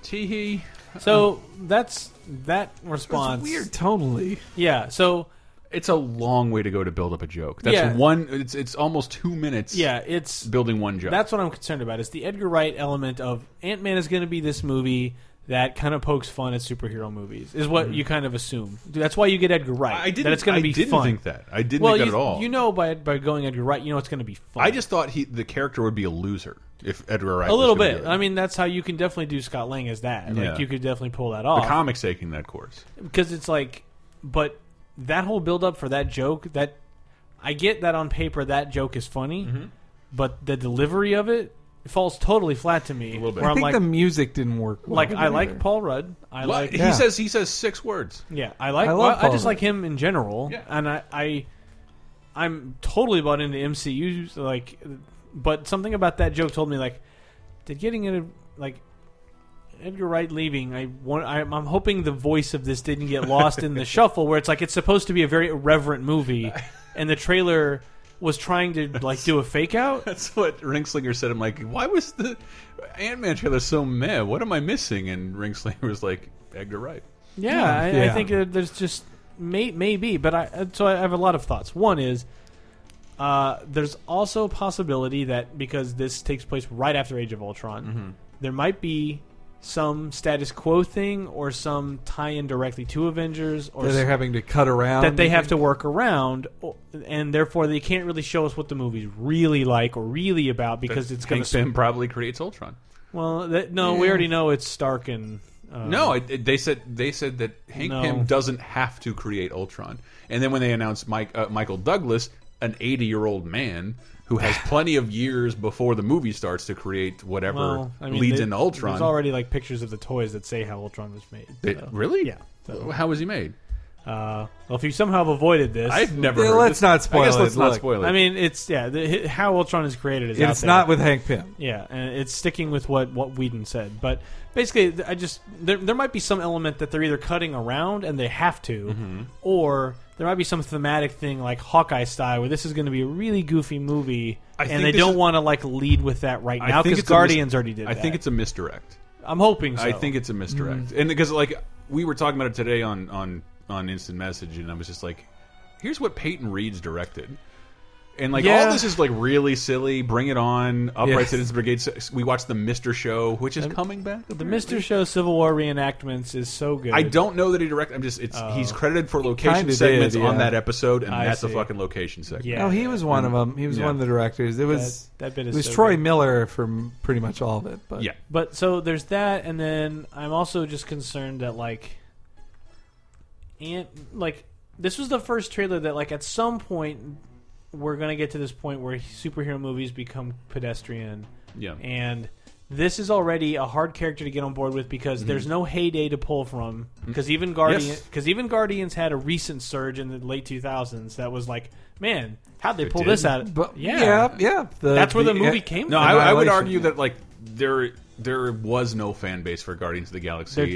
Teehee. Oh.
So that's that response.
It's weird tonally.
Yeah. So
It's a long way to go to build up a joke. That's
Yeah.
one. It's it's almost two minutes.
yeah, it's
Building one joke.
that's what I'm concerned about. Is the Edgar Wright element of Ant Man is going to be this movie that kind of pokes fun at superhero movies is
Mm-hmm.
what you kind of assume. That's why you get Edgar Wright.
I didn't.
That it's going
I
to be
didn't
fun.
think that. I didn't
well,
think
you,
that at all.
you know by by going Edgar Wright, you know it's going to be fun.
I just thought he the character would be a loser if Edgar Wright.
a
was
little
gonna
bit.
do it.
I mean, that's how you can definitely do Scott Lang as that.
Yeah.
Like you could definitely pull that
the
off
comics taking that course.
because it's like, but that whole build up for that joke that I get that on paper that joke is funny,
Mm-hmm.
but the delivery of it falls totally flat to me. A
little bit.
Where
I
I'm
think
like,
the music didn't work. Well
like I like
either.
Paul Rudd. I
What?
like
yeah.
He says he says six words.
yeah. I like.
I
I,
love
I,
Paul
just
Rudd.
like him in general,
Yeah.
and I, I I'm totally bought into MCU. Like, but something about that joke told me like, did getting it like. Edgar Wright leaving. I want. I'm, I'm hoping the voice of this didn't get lost in the shuffle, where it's like it's supposed to be a very irreverent movie, and the trailer was trying to like do a fake out.
That's what Ringslinger said. I'm like, why was the Ant Man trailer so meh? What am I missing? And Ringslinger was like, Edgar Wright.
Yeah, I,
Yeah.
I think uh, there's just may, maybe, but I uh, so I have a lot of thoughts. One is uh, there's also a possibility that because this takes place right after Age of Ultron,
Mm-hmm.
there might be some status quo thing or some tie-in directly to Avengers or
That
s-
they're having to cut around.
that they
you
have
think?
to work around, o- and therefore they can't really show us what the movie's really like or really about because it's going
Hank
to.
Pym probably creates Ultron.
Well, that, no, we already know it's Stark and. Uh,
No, I, they said they said that Hank
No.
Pym doesn't have to create Ultron. And then when they announced Mike uh, Michael Douglas, an 80 year old man who has plenty of years before the movie starts to create whatever
Well, I mean,
leads
they-
into Ultron.
There's already like pictures of the toys that say how Ultron was made.
It-
so.
really?
Yeah. So,
How was he made?
uh, well, if you somehow have avoided this,
I've never.
Yeah,
heard
let's
this.
not
I guess
spoil
let's
it,
not
look.
spoil it.
I mean, it's yeah, the, hi- how Ultron is created is out
It's
there.
not with Hank Pym.
yeah, and it's sticking with what what Whedon said. But basically, th- I just there there might be some element that they're either cutting around and they have to,
Mm-hmm.
or there might be some thematic thing like Hawkeye style where this is going to be a really goofy movie,
I think
and they
this
don't
is-
want to like lead with that right
I
now
think
because
it's a mis-
Guardians already did.
I
that.
think it's a misdirect.
I'm hoping. so.
I think it's a misdirect, and because like we were talking about it today on on on instant message, and I was just like, "Here's what Peyton Reed's directed," and like
Yeah.
all this is like really silly. Bring it on, Upright
Yeah.
Citizens Brigade. So- We watched the Mister Show, which is coming back.
The Mr. Show Civil War reenactments is so good.
I don't know that he directed. I'm just it's he's credited for location
kinda
segments
did,
on
yeah.
that episode, and
I
that's a
see.
fucking location segment.
Yeah.
No, he was one of them. He was
Yeah.
one of the directors. It was
mm-hmm. That- that bit is
it was
so
Troy
good.
Miller from pretty much all of it. But
yeah.
But so there's that, and then I'm also just concerned that like, and like this was the first trailer that like at some point we're gonna get to this point where superhero movies become pedestrian,
Yeah.
and this is already a hard character to get on board with because there's no heyday to pull from because even Guardian
Mm-hmm. Mm. Yes.
because even Guardians had a recent surge in the late 2000s that was like, man, how'd they
It
pull
did.
this out?
but
yeah,
yeah, yeah, the-
That's where the movie
yeah,
came
No, I, I would
Annihilation.
argue that like there there was no fan base for Guardians of the Galaxy.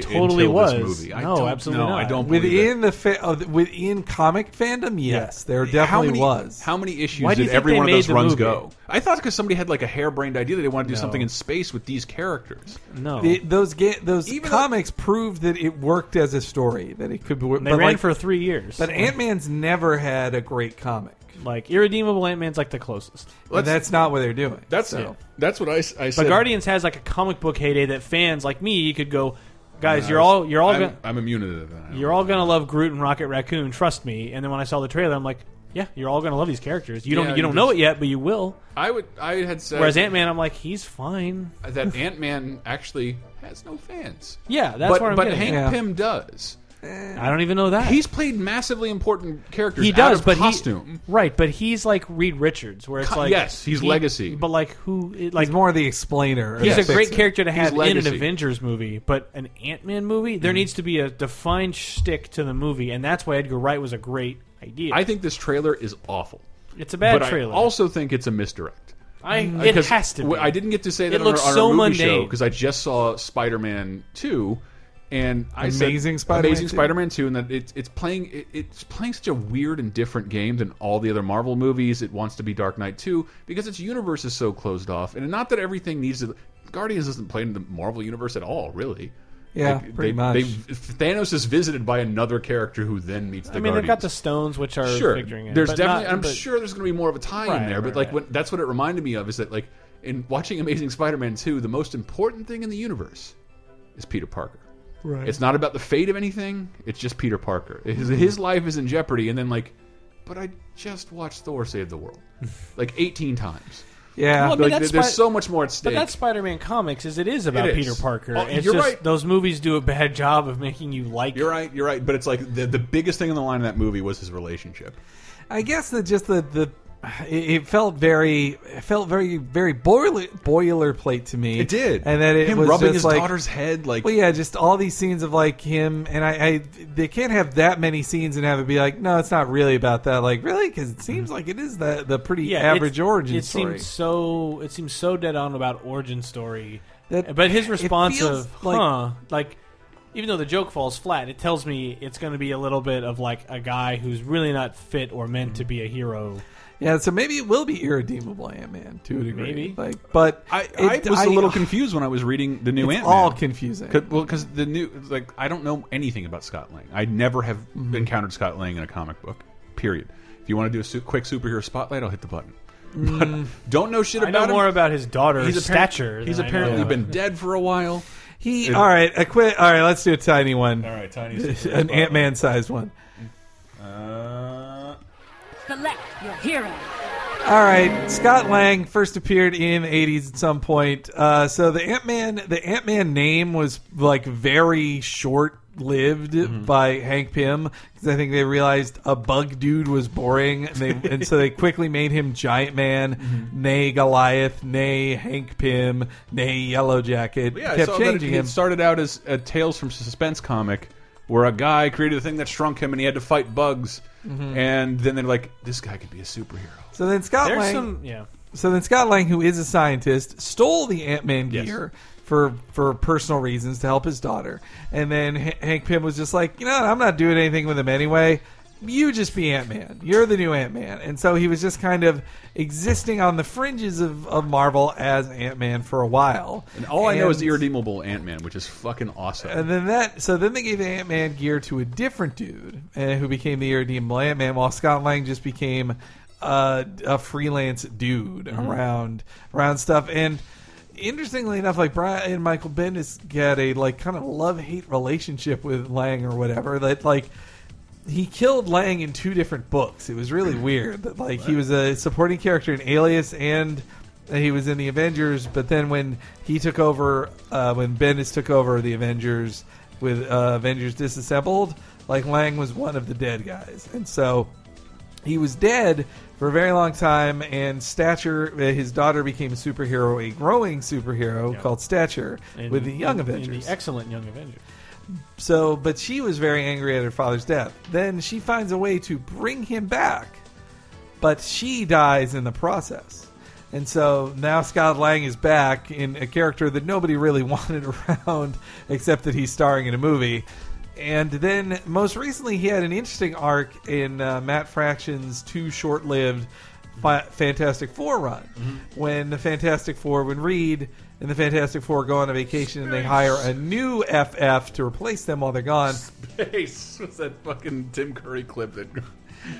There totally
until
was.
This movie. I
No,
don't
absolutely
know. I
not.
don't believe it.
within the fa- oh, th- within comic fandom. Yes, there
how
definitely
many,
was.
How many issues
Why do you
did
think
every
they
one of
made
those
the
runs
movie?
go? I thought because somebody had like a harebrained idea that they wanted to do
No.
something in space with these characters.
no,
The- those ga- those
Even though-
comics proved that it worked as a story that it could. be.
they
but
ran
like,
for three years.
But Ant Man's never had a great comic.
Like Irredeemable Ant Man's like the closest.
But that's not what they're doing.
That's
so.
that's what I, s- I said.
But Guardians has like a comic book heyday that fans like me could go, guys, you're all you're all
I'm,
gonna,
I'm immune to that.
you're all gonna love Groot and Rocket Raccoon, trust me. And then when I saw the trailer, I'm like, yeah, you're all gonna love these characters. You don't
Yeah,
you
you
don't know
just- Uh,
it yet, but you will.
I would. I had said.
Whereas Ant Man, I'm like, he's fine.
that Ant Man actually has no fans.
Yeah, that's
but,
what I'm
But
getting
Hank
at. Yeah.
Pym does.
I don't even know that
He's played massively important characters.
he does,
out of
but
costume.
he right, but he's like Reed Richards, where it's
Co-
like
yes, he's legacy.
but like who it- like
He's more the explainer. or
He's
the
a great
fixer.
character to
He's
have in an
legacy. Mm-hmm.
Avengers movie, but an Ant Man movie, there needs to be a defined shtick to the movie, and that's why Edgar Wright was a great idea.
I think this trailer is awful.
it's a bad
but
trailer.
I also think it's a misdirect.
I- it
'Cause
has to. Be.
w- I didn't get to say that
It
on
looks
our, on
so
our movie show
mundane.
because I just saw Spider Man Two, and I said-
Amazing Spider-Man 2.
Amazing Spider Man Two, and that it's it's playing it, it's playing such a weird and different game than all the other Marvel movies. It wants to be Dark Knight Two because its universe is so closed off, and not that everything needs to. Guardians doesn't play in the Marvel universe at all, really.
Yeah,
Like,
pretty
they,
much.
they- Thanos is visited by another character who then meets the
I mean, they've got
Guardians
the stones, which are
sure.
figuring it.
There's
but
definitely.
not-
I'm
but-
sure there's going to be more of a tie
Right,
in there, but
right,
like
right.
when, that's what it reminded me of is that like in watching Amazing Spider-Man two, the most important thing in the universe is Peter Parker. Right. It's not about the fate of anything. It's just Peter Parker. His,
Mm-hmm.
his life is in jeopardy, and then like, but I just watched Thor save the world, like 18 times.
Yeah,
Well, I mean,
Like,
that's
there's
Spi-
so much more at
But
stake.
that's Spider-Man comics, is it is about
It is.
Peter Parker.
Oh,
it's
you're
just
right.
those movies do a bad job of making you like.
you're right. You're right. But it's like the the biggest thing in the line of that movie was his relationship.
I guess that just the the it it felt very it felt very very boiler boilerplate to me.
It did,
and that it
him
was
rubbing
just
his
like,
daughter's head like.
Well, yeah, just all these scenes of like him, and I, I they can't have that many scenes and have it be like, no, it's not really about that. Like, really, because it
Mm-hmm.
seems like it is the the pretty
yeah,
average
it's-
origin
It
story.
seems so. It seems so dead on about origin story.
That-
but his
it
response
feels
of
like-
huh, like even though the joke falls flat, it tells me it's going to be a little bit of like a guy who's really not fit or meant to be a hero.
yeah, so maybe it will be irredeemable Ant Man to a degree.
Maybe.
like, but
I,
it-
I was
a
a little confused when I was reading the new
It's
Ant.
all confusing.
well, because the new like I don't know anything about Scott Lang. I never have
Mm-hmm.
encountered Scott Lang in a comic book. Period. If you want to do a su quick superhero spotlight, I'll hit the button.
Mm.
But don't know shit
I know
about
more
him.
about his daughter's
he's apparent-
stature.
He's
than I know
apparently
about-
been dead for a while.
He all right, a quit. All right, let's do a tiny one,
All right, tiny.
an Ant Man sized one.
Uh,
Select your hero.
All right, Scott Lang first appeared in '80s at some point. Uh, so the Ant Man, the Ant Man name was like very short lived
Mm-hmm.
by Hank Pym because I think they realized a bug dude was boring, and, they, and so they quickly made him Giant Man,
Mm-hmm.
nay Goliath, nay Hank Pim, nay Yellow Jacket.
yeah, I
kept
saw that
changing
it,
him.
it started out as a Tales from Suspense comic. Where a guy created a thing that shrunk him, and he had to fight bugs.
Mm-hmm.
And then they're like, "This guy could be a superhero."
so then Scott
There's
Lang,
some yeah.
So then Scott Lang, who is a scientist, stole the Ant Man
Yes.
gear for for personal reasons to help his daughter. And then H- Hank Pym was just like, you know, what? I'm not doing anything with him anyway. You just be Ant Man. You're the new Ant Man. And so he was just kind of existing on the fringes of, of Marvel as Ant Man for a while.
And all I know is
And-
the irredeemable Ant Man, which is fucking awesome.
and then that, so then they gave Ant Man gear to a different dude, and who became the irredeemable Ant Man, while Scott Lang just became uh, a freelance dude around around stuff. And interestingly enough, like Brian and Michael Bendis had a like kind of love hate relationship with Lang or whatever. That like he killed Lang in two different books. It was really weird. That like he was a supporting character in Alias and he was in the Avengers, but then when he took over, uh, when Bendis took over the Avengers with uh, Avengers Disassembled, like Lang was one of the dead guys, and so he was dead for a very long time, and Stature, uh, his daughter became a superhero, a growing superhero called Stature
in-
with the Young
in- in
Avengers.
the excellent Young Avengers.
So, but she was very angry at her father's death. Then she finds a way to bring him back, but she dies in the process. And so now Scott Lang is back in a character that nobody really wanted around, except that he's starring in a movie. And then most recently, he had an interesting arc in uh, Matt Fraction's two short lived Fa- Fantastic Four run when the Fantastic Four, when Reed and the Fantastic Four go on a vacation and they hire a new FF to replace them while they're gone.
Space was that fucking Tim Curry clip that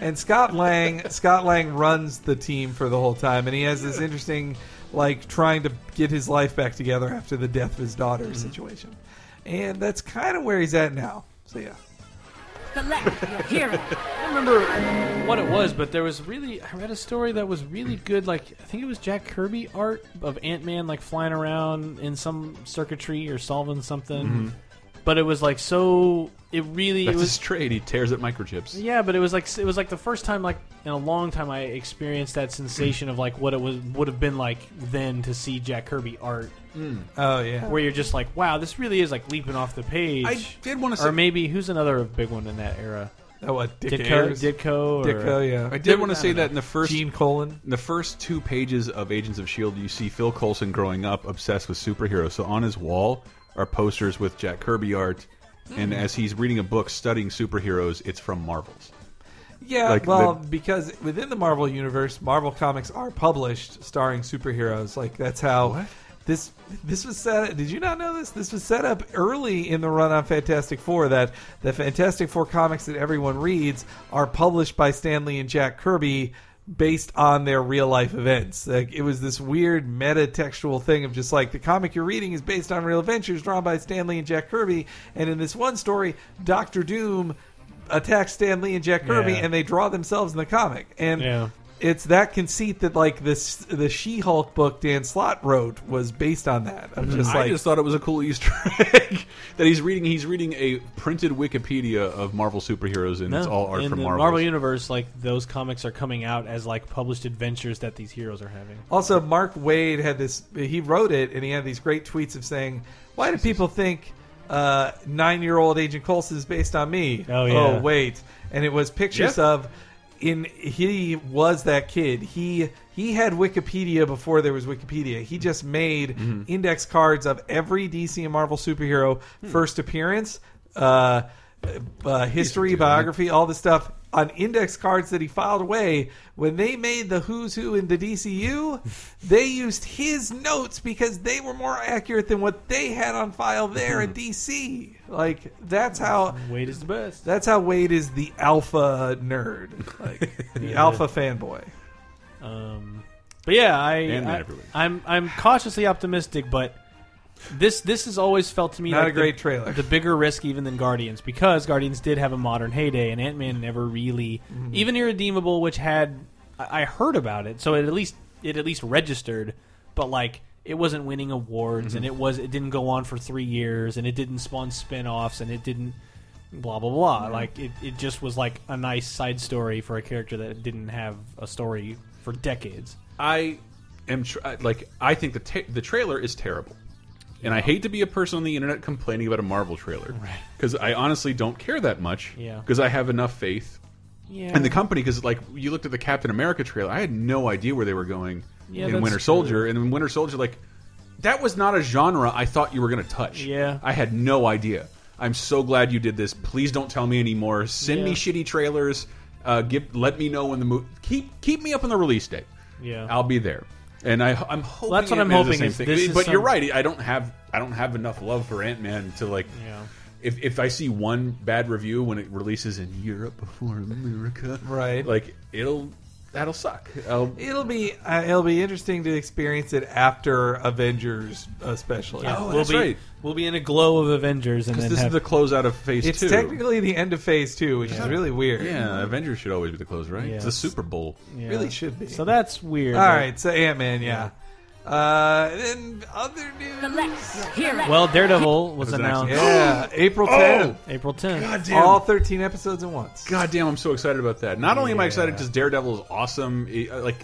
and Scott Lang Scott Lang runs the team for the whole time, and he has this interesting like trying to get his life back together after the death of his daughter situation, and that's kind of where he's at now. So yeah,
The left, your hero.
I don't remember what it was, but there was really I read a story that was really good. Like I think it was Jack Kirby art of Ant Man like flying around in some circuitry or solving something.
Mm-hmm.
Mhm.
But it was like so. It really
That's
it was
his trade. He tears at microchips.
yeah, but it was like it was like the first time like in a long time I experienced that sensation of like what it was would have been like then to see Jack Kirby art.
Mm. Oh, yeah.
where you're just like, wow, this really is like leaping off the page.
I did wanna
or
say-
maybe who's another big one in that era?
Oh, what, Dick
Ditko,
Ayers?
Ditko, or, uh,
Ditko, yeah.
I did want to say
don't know.
that in the first
Gene Colan,
in the first two pages of Agents of Shield, E you see Phil Coulson growing up, obsessed with superheroes. So on his wall are posters with Jack Kirby art, and
Mm.
as he's reading a book studying superheroes, it's from Marvels.
yeah.
Like
well,
the-
because within the Marvel universe, Marvel comics are published starring superheroes. Like that's how. This this was set. Did you not know this? This was set up early in the run on Fantastic Four. That the Fantastic Four comics that everyone reads are published by Stanley and Jack Kirby, based on their real life events. Like it was this weird meta textual thing of just like the comic you're reading is based on real adventures drawn by Stanley and Jack Kirby. And in this one story, Doctor Doom attacks Stanley and Jack Kirby,
Yeah.
and they draw themselves in the comic. And
Yeah.
it's that conceit that like this the She-Hulk book Dan Slott wrote was based on that. I'm
Mm-hmm.
just
I
like
just thought it was a cool Easter egg that he's reading. He's reading a printed Wikipedia of Marvel superheroes, and it's
No,
all art
in
from
the
Marvels.
Marvel universe. Like those comics are coming out as like published adventures that these heroes are having.
Also, Mark Wade had this. He wrote it, and he had these great tweets of saying, "Why do people think uh, nine-year-old Agent Coulson is based on me?"
Oh, yeah.
wait, and it was pictures
Yeah.
of in he was that kid. He he had Wikipedia before there was Wikipedia. He just made index cards of every DC and Marvel superhero first appearance. Uh, uh, history, biography, all this stuff on index cards that he filed away. When they made the who's who in the DCU, they used his notes because they were more accurate than what they had on file there in DC. Like that's how
Wade is the best.
That's how Wade is the alpha nerd, like the
Yeah.
alpha fanboy.
Um, but yeah, I,
And
I
everywhere.
I'm I'm cautiously optimistic, but this this has always felt to me
Not
like
a great
the,
trailer.
The bigger risk even than Guardians because Guardians did have a modern heyday, and Ant Man never really,
Mm-hmm.
even Irredeemable, which had I I heard about it, so it at least it at least registered, but like. It wasn't winning awards, and
Mhm.
it was it didn't go on for three years, and it didn't spawn spin-offs, and it didn't blah blah blah.
Yeah.
Like it, it just was like a nice side story for a character that didn't have a story for decades.
I am tr I- like I think the ta the trailer is terrible, and I hate to be a person on the internet complaining about a Marvel trailer because I honestly don't care that much.
Yeah.
because I have enough faith.
Yeah.
in the company because like you looked at the Captain America trailer, I had no idea where they were going
Yeah,
in
that's
Winter Soldier, and in Winter Soldier like that was not a genre I thought you were going to touch.
Yeah.
I had no idea. I'm so glad you did this. Please don't tell me anymore. Send me
Yeah.
shitty trailers. Uh, give let me know when the movie keep keep me up on the release date.
Yeah.
I'll be there. And I, I'm hoping
that's what I'm
Ant-Man
hoping
the
is
same
this
thing.
is
but you're
some-
right. I don't have I don't have enough love for Ant Man to like.
Yeah.
If if I see one bad review when it releases in Europe before America,
right?
Like it'll that'll suck. I'll,
It'll be uh, it'll be interesting to experience it after Avengers, uh, especially.
Yeah,
Oh,
we'll be, We'll be in a glow of Avengers, and
'Cause
then
this is
have-
the
closeout of Phase
It's
two.
technically the end of Phase Two, which
Yeah.
is really weird.
Yeah, Avengers should always be the close, right? It's the
Yes.
Super Bowl.
Yeah.
Really should be.
So that's weird.
All
Like-
right, so Ant Man, yeah. Uh, then other news. The
left, your hero.
Well, Daredevil was,
That was an
announced.
Oh,
accident. Yeah, April 10th.
April 10th.
All 13 episodes at once.
God damn, I'm so excited about that. Not only am I
Yeah.
excited because Daredevil is awesome. it- uh, like,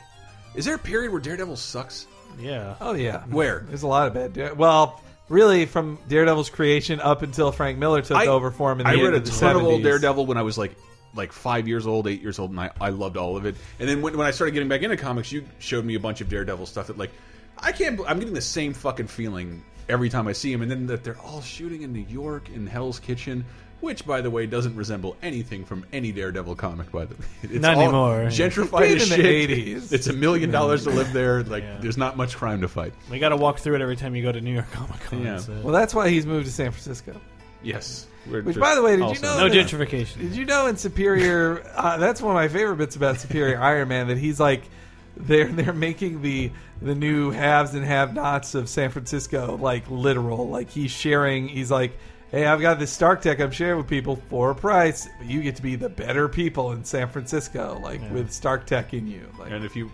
is there a period where Daredevil sucks?
Yeah.
Oh yeah.
Where?
There's a lot of bad. Dare- well, really, from Daredevil's creation up until Frank Miller took
I-
over for him in the
I
end
read a
of the
ton of
70s.
old Daredevil when I was like like five years old, eight years old, and I, I loved all of it. And then when, when I started getting back into comics, you showed me a bunch of Daredevil stuff that like I can't. bel- I'm getting the same fucking feeling every time I see him. And then that they're all shooting in New York in Hell's Kitchen. Which, by the way, doesn't resemble anything from any Daredevil comic. By the way, it's
Not
all
anymore.
Gentrified
Did
as
in the
shit.
80s.
It's a million dollars to live there. Like, there's not much crime to fight.
We got to walk through it every time you go to New York Comic Con.
Yeah.
so-
Well, that's why he's moved to San Francisco.
Yes. We're
Which,
just
by the way, did you
also-
know? that- Did you know in Superior? uh, that's one of my favorite bits about Superior Iron Man that he's like, they're they're making the the new haves and have-nots of San Francisco like literal. Like he's sharing. He's like, hey, I've got this Stark Tech I'm sharing with people for a price, but you get to be the better people in San Francisco, like
Yeah.
with Stark Tech in you.
and if you,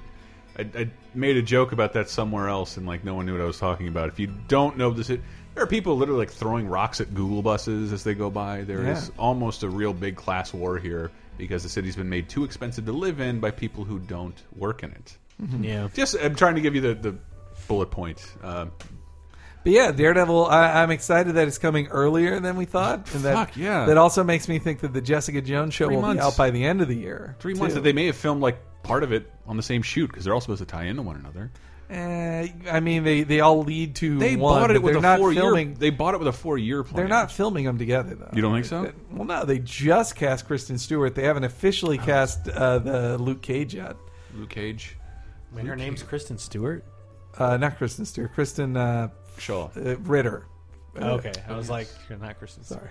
I, I made a joke about that somewhere else, and like no one knew what I was talking about. If you don't know this, it, there are people literally like throwing rocks at Google buses as they go by. There is
Yeah.
almost a real big class war here because the city's been made too expensive to live in by people who don't work in it.
Mhm. Yeah.
just I'm trying to give you the the bullet point. Uh,
But yeah, Daredevil. I, I'm excited that it's coming earlier than we thought, and that
Fuck, yeah.
that also makes me think that the Jessica Jones show
Three
will
months.
be out by the end of the year.
three months
too.
that they may have filmed like part of it on the same shoot because they're all supposed to tie into one another.
Eh, I mean, they, they all lead to
They
one,
bought
but
it with
they're
a
not
four
filming.
year. They bought it with a four year plan.
They're not filming them together though.
You don't think so?
Well, no, they just cast Kristen Stewart. They haven't officially cast uh, the Luke Cage yet.
Luke Cage.
Wait, her name's Kristen Stewart.
Uh, not Kristen Stewart. Kristen uh,
Shaw
uh, Ritter. Uh,
okay, I was like, you're not Kristen. Sorry.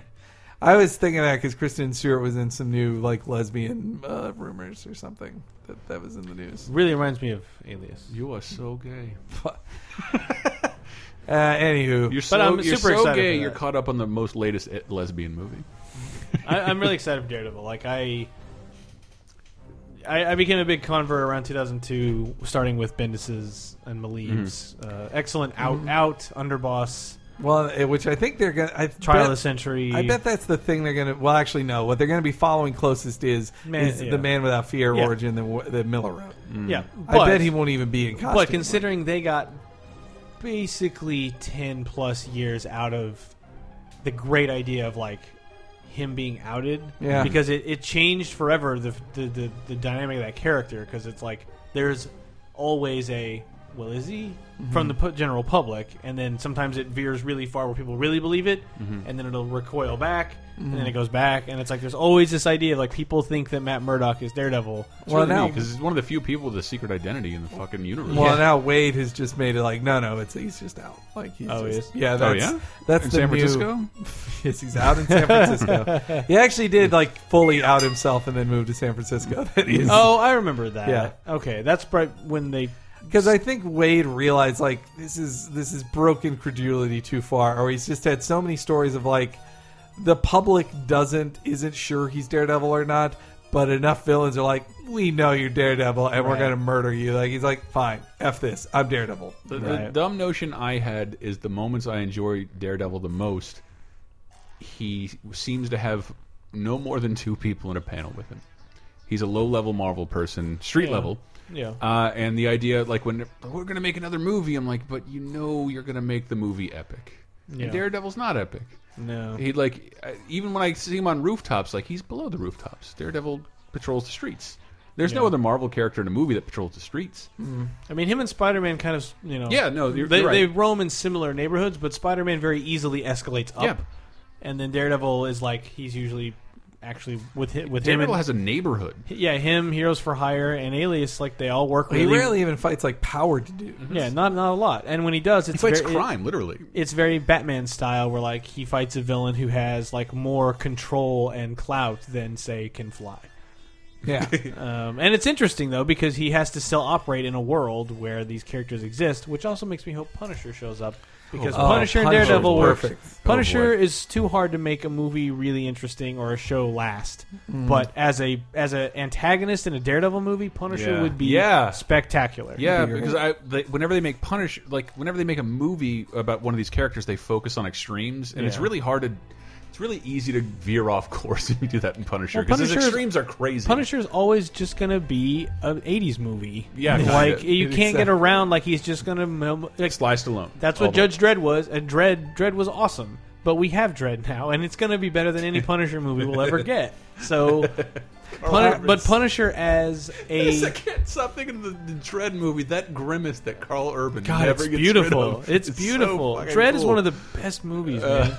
I was thinking that because Kristen Stewart was in some new like lesbian uh, rumors or something that that was in the news.
Really reminds me of Alias.
You are so gay.
Uh, anywho,
You're so, you're so gay. You're caught up on the most latest e- lesbian movie.
I, I'm really excited for Daredevil. Like I, I, I became a big convert around 2002, starting with Bendis's and Malieve's uh, excellent out
Mhm.
out underboss.
Well, eh, which I think they're gonna I
Trial of
bet-
the Century.
I bet that's the thing they're gonna. Well, actually, no. What they're gonna be following closest is
Man-
is
yeah.
the Man Without Fear
Yeah.
origin that, w- that Miller wrote.
Yeah,
I
but-
bet he won't even be in costume.
But considering they got basically 10 plus years out of the great idea of like him being outed,
Yeah.
because it, it changed forever the the, the the dynamic of that character because it's like there's always a well is he from
Mhm.
the pu- general public and then sometimes it veers really far where people really believe it
Mhm.
and then it'll recoil back and then
Mhm.
it goes back and it's like there's always this idea of like people think that Matt Murdock is Daredevil
Well, now-
because he's one of the few people with a secret identity in the fucking universe.
Well, now Wade has just made it like, no, no, it's he's just out. Like he's
Oh, he
just,
is?
yeah,
Oh,
that's,
yeah?
that's
In
the
San
new-
Francisco?
yes, he's out in San Francisco. he actually did like fully out himself and then moved to San Francisco. That is,
Oh, I remember that.
Yeah.
Okay, that's right when they.
Because I think Wade realized like this is this is broken credulity too far, or he's just had so many stories of like the public doesn't isn't sure he's Daredevil or not, but enough villains are like, we know you're Daredevil and we're
Right.
gonna murder you. Like he's like, fine, f this, I'm Daredevil.
The, the dumb notion I had is the moments I enjoy Daredevil the most, he seems to have no more than two people in a panel with him. He's a low level Marvel person, street
Yeah.
level.
Yeah.
Uh, and the idea, like, when we're going to make another movie, I'm like, but you know you're going to make the movie epic.
Yeah.
And Daredevil's not epic.
No.
He, like, I- even when I see him on rooftops, like, he's below the rooftops. Daredevil patrols the streets. There's
Yeah.
no
Mm-hmm.
other Marvel character in a movie that patrols the streets.
I mean, him and Spider Man kind of you know.
Yeah, no, you're-
they,
you're right.
they roam in similar neighborhoods, but Spider Man very easily escalates up.
Yeah.
And then Daredevil is like he's usually actually with him, with him.
Daredevil
and-
has a neighborhood.
Yeah, him, Heroes for Hire, and Alias, like they all work.
Well, he
really, Mm-hmm.
rarely even fights like powered dudes.
Yeah, not not a lot. And when he does, it's
fights
very,
crime, literally.
It's very Batman style, where like he fights a villain who has like more control and clout than say can fly.
Yeah.
um, and it's interesting though because he has to still operate in a world where these characters exist, which also makes me hope Punisher shows up because
Oh,
Punisher and
Punisher
Daredevil
is
were
perfect.
Oh,
Punisher is too hard to make a movie really interesting or a show last.
Mm.
But as a as an antagonist in a Daredevil movie, Punisher
Yeah.
would be
Yeah.
spectacular.
Yeah, because I they, whenever they make punish like whenever they make a movie about one of these characters, they focus on extremes, and it's
Yeah.
really hard to. It's really easy to veer off course if you do that in Punisher
Well,
because his
Punisher is-
extremes are crazy.
Punisher's always just gonna be an '80s movie.
Yeah, kinda.
like you
It's,
can't get
uh,
around. Like he's just gonna mel- like
Sliced alone.
That's
All
what
the way.
Judge Dredd was, and Dredd Dredd was awesome. But we have Dredd now, and it's gonna be better than any Punisher movie we'll ever get. So, Pun- but Punisher as
Yes, I
a
can't stop thinking of the, the Dread movie. That grimace that Carl Urban
God,
never
it's
gets Rid
beautiful.
of.
It's,
so
beautiful.
fucking
Dread is
cool.
one of the best movies,
Uh,
man.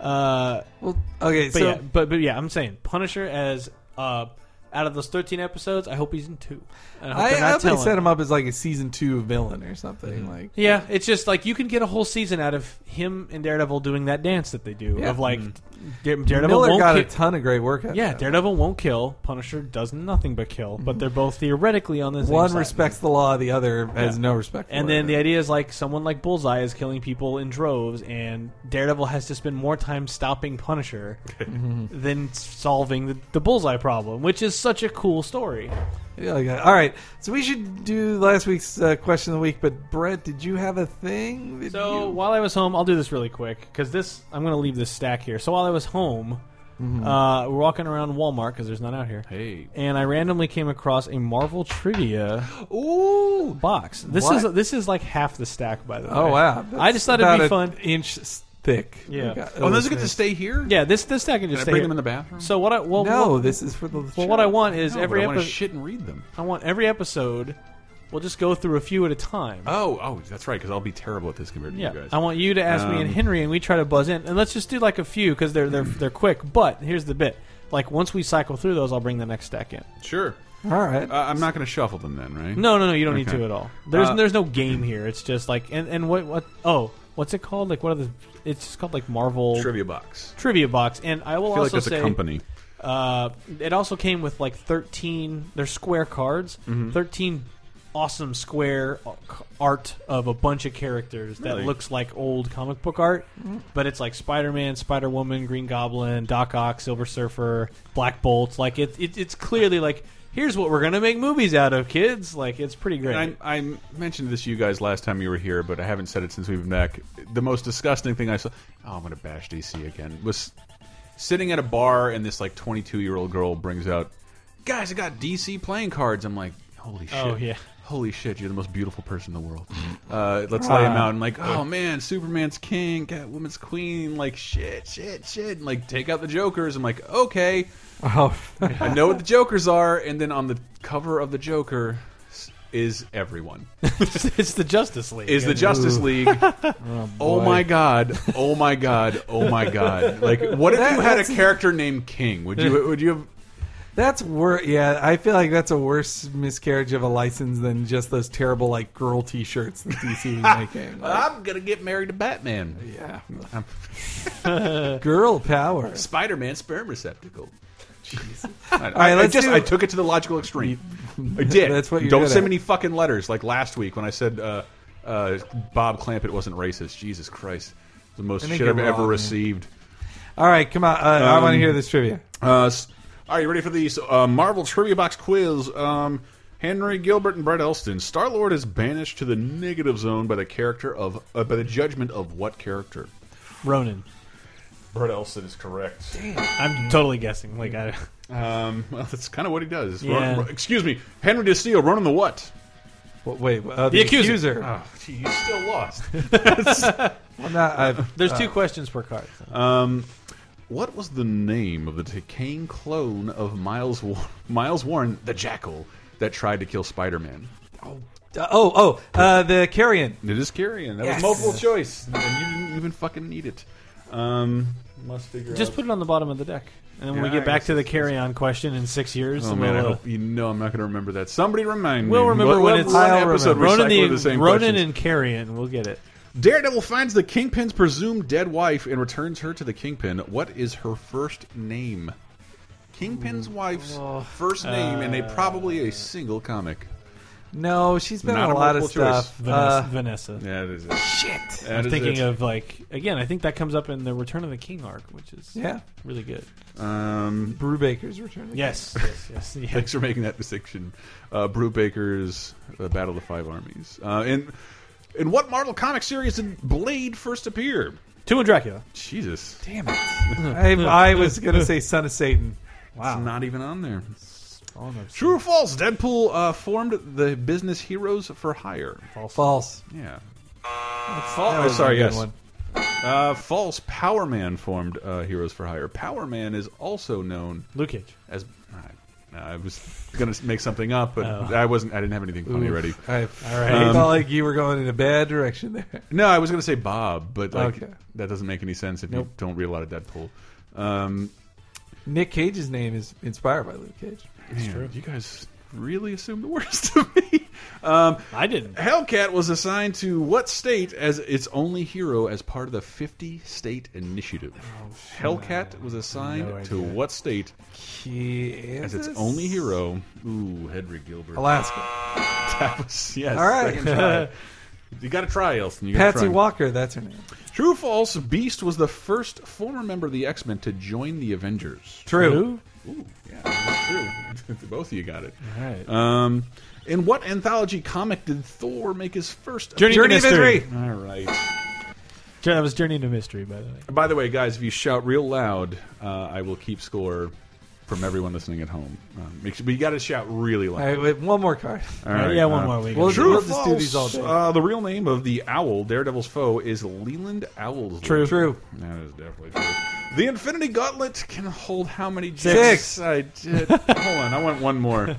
Uh,
well, okay,
but
so-
yeah, but but yeah, I'm saying Punisher as uh, out of those 13 episodes, I hope he's in two. And
I,
they're
I
not
hope they
telling. Mm-hmm.
set him up as like a season two villain or something. Like,
Yeah, it's just like you can get a whole season out of him and Daredevil doing that dance that they do
Yeah.
of like
Mhm.
Da- Daredevil
Miller
won't
got
ki-
a ton of great work out
Yeah,
of it.
Daredevil won't kill. Punisher does nothing but kill. But they're both theoretically on the same
one
side.
respects the law, the other has
Yeah.
no respect. For
And
it.
then the idea is like someone like Bullseye is killing people in droves, and Daredevil has to spend more time stopping Punisher
Mm-hmm.
than solving the, the Bullseye problem, which is such a cool story.
Yeah, like that. all right. So we should do last week's uh, question of the week. But Brett, did you have a thing? That
So while I was home, I'll do this really quick because this I'm going to leave this stack here. So while I was home,
Mm-hmm.
Mhm.
uh, we're walking around Walmart because there's none out here. Hey, and I randomly came across a Marvel trivia
oo
box. This
What?
is this is like half the stack by the way.
Oh, wow.
I just thought it'd be
That's
fun.
about an Inch s- thick.
Yeah.
We got-
Oh, those are good to stay here.
Yeah, this this stack can just
I
stay
bring
here.
them in the bathroom?
So what? I, well,
No,
what-
this is for the
Well, what I want is
No,
every
but I want to
episode.
shit and read them.
I want every episode. We'll just go through a few at a time.
Oh, oh, that's right. Because I'll be terrible at this compared to
Yeah,
you guys.
I want you to ask me and
Um,
Henry, and we try to buzz in, and let's just do like a few because they're they're they're quick. But here's the bit: like once we cycle through those, I'll bring the next stack in.
Sure.
All right.
Uh, I'm not going to shuffle them then, right?
No, no, no, you don't need
Okay.
to at all. There's
Uh,
there's no game here. It's just like and and what what oh what's it called? Like what are the? It's just called like Marvel
Trivia box.
Trivia box, and I will
I feel like
also
that's a
say
company.
Uh, it also came with like 13. They're square cards.
Mhm.
13 awesome square uh, art of a bunch of characters that
Really?
looks like old comic book art,
Mm.
but it's like Spider Man, Spider Woman, Green Goblin, Doc Ock, Silver Surfer, Black Bolt. Like it, it, it's clearly like here's what we're gonna make movies out of, kids. Like it's pretty great.
And I, I mentioned this to you guys last time you were here, but I haven't said it since we've been back. The most disgusting thing I saw. Oh, I'm going to bash DC again. Was sitting at a bar and this like 22 year old girl brings out, guys, I got DC playing cards. I'm like, holy shit.
Oh, yeah.
Holy shit, you're the most beautiful person in the world. Uh, let's lay him
Ah.
out. And like, oh man, Superman's king, Catwoman's queen. Like, shit, shit, shit. And like, take out the Jokers. I'm like, okay.
Oh.
I know what the Jokers are, and then on the cover of the Joker s- is everyone.
it's the Justice League.
Is the Justice
Ooh.
League? oh,
boy.
my god! Oh my god! Oh my god! Like, what if
That-
you had a
that's-
character named King? Would you? Would you have?
That's worse. Yeah, I feel like that's a worse miscarriage of a license than just those terrible like girl T-shirts that DC was making.
I'm gonna get married to Batman.
Yeah.
I'm-
Girl power.
Spider-Man sperm receptacle. Jeez.
All
I,
right,
I
let's
just
do-
I took it to the logical extreme. I did.
That's what you're
Don't
good
send
at.
me any fucking letters like last week when I said uh, uh, Bob Clampett wasn't racist. Jesus Christ, the most
I think
shit I've
you're
ever
wrong, man.
received.
All right, come on. Uh, I
Um,
want to hear this trivia.
Uh, s- all right, you ready for these uh, Marvel trivia box quiz? Um, Henry Gilbert and Brett Elston. Star Lord is banished to the negative zone by the character of uh, by the judgment of what character?
Ronan.
Brett Elston is correct.
I'm totally guessing. Like I.
Um, well, that's kind of what he does.
Yeah.
Ronan- excuse me, Henry DeSteel, running the what?
wait, uh, The the accuser. accuser.
Oh, gee, you still lost.
Well, not- uh, I've-
There's
Uh.
two questions per card.
Um, what was the name of the decaying clone of Miles Wa- Miles Warren, the Jackal, that tried to kill Spider-Man?
Uh, oh, oh, uh, the carrion.
It is carrion. That
Yes.
was multiple choice, and you didn't even fucking need it. Um, must figure
Just
out.
put it on the bottom of the deck, and then when
Yeah,
we
I
get back
guess
to the carry-on question in six years,
Oh
then
man, I
we'll, uh,
hope you know I'm not going to remember that. Somebody remind me.
We'll remember
We'll
when
have
it's
one episode we
Ronan,
cycle
the,
the same
Ronan
questions.
and Carrion. We'll get it.
Daredevil finds the Kingpin's presumed dead wife and returns her to the Kingpin. What is her first name? Kingpin's
Mm.
wife's
Oh.
first name and
Uh.
a probably a single comic.
No, she's been
Not
on a
a
lot of
multiple choice.
stuff.
Vanessa.
Uh,
Vanessa.
Yeah, it is. It.
Shit.
That
I'm
is
thinking
it.
of like again. I think that comes up in the Return of the King arc, which is
Yeah.
really good.
Um,
Brewbaker's Return. of the
Yes,
King.
yes, yes. yeah.
Thanks for making that distinction. Uh, Brew Baker's uh, Battle of the Five Armies. Uh, and in what Marvel comic series did Blade first appear?
Two and Dracula.
Jesus,
damn it! I, I was gonna say Son of Satan.
It's not even on there.
Oh, no.
True or false? Deadpool uh, formed the business Heroes for Hire.
False.
False.
Yeah.
that
Oh,
was
sorry.
a good
Yes.
one.
Uh, false. Power Man formed uh, Heroes for Hire. Power Man is also known
Luke Cage.
as. I- I was gonna make something up, but
Oh.
I wasn't. I didn't have anything funny
Oof.
ready.
I, I
Um,
felt like you were going in a bad direction there.
No, I was going to say Bob, but like
Okay.
that doesn't make any sense if
Nope.
you don't read a lot of Deadpool. Um,
Nick Cage's name is inspired by Luke Cage.
It's true. You guys really assumed the worst of me. Um,
I didn't.
Hellcat was assigned to what state as its only hero as part of the 50 state initiative? Hellcat was assigned
Oh, No
to
idea.
what state as its
Kansas?
only hero? Ooh, Hedwig Gilbert.
Alaska.
that was, yes.
All right.
second try. you got to try, Elston. You gotta
Patsy
try.
Walker, that's her name.
True or false? Beast was the first former member of the X Men to join the Avengers.
True.
Ooh, yeah, that's true. Both of you got it.
All right.
Um, in what anthology comic did Thor make his first
Journey to
appearance?
Mystery.
All right.
That was Journey to Mystery, by the way.
By the way, guys, if you shout real loud, uh, I will keep score from everyone listening at home. Um, make sure, but you got to shout really
All
loud.
right, wait, one more card.
All right,
Yeah, one
uh,
more week.
We'll-
True
we'll
or
just do these all
false?
day.
Uh, the real name of the owl, Daredevil's foe, is Leland Owlsley.
True. True.
That is definitely true. The Infinity Gauntlet can hold how many
Six.
gems? I did. Hold on, I want one more.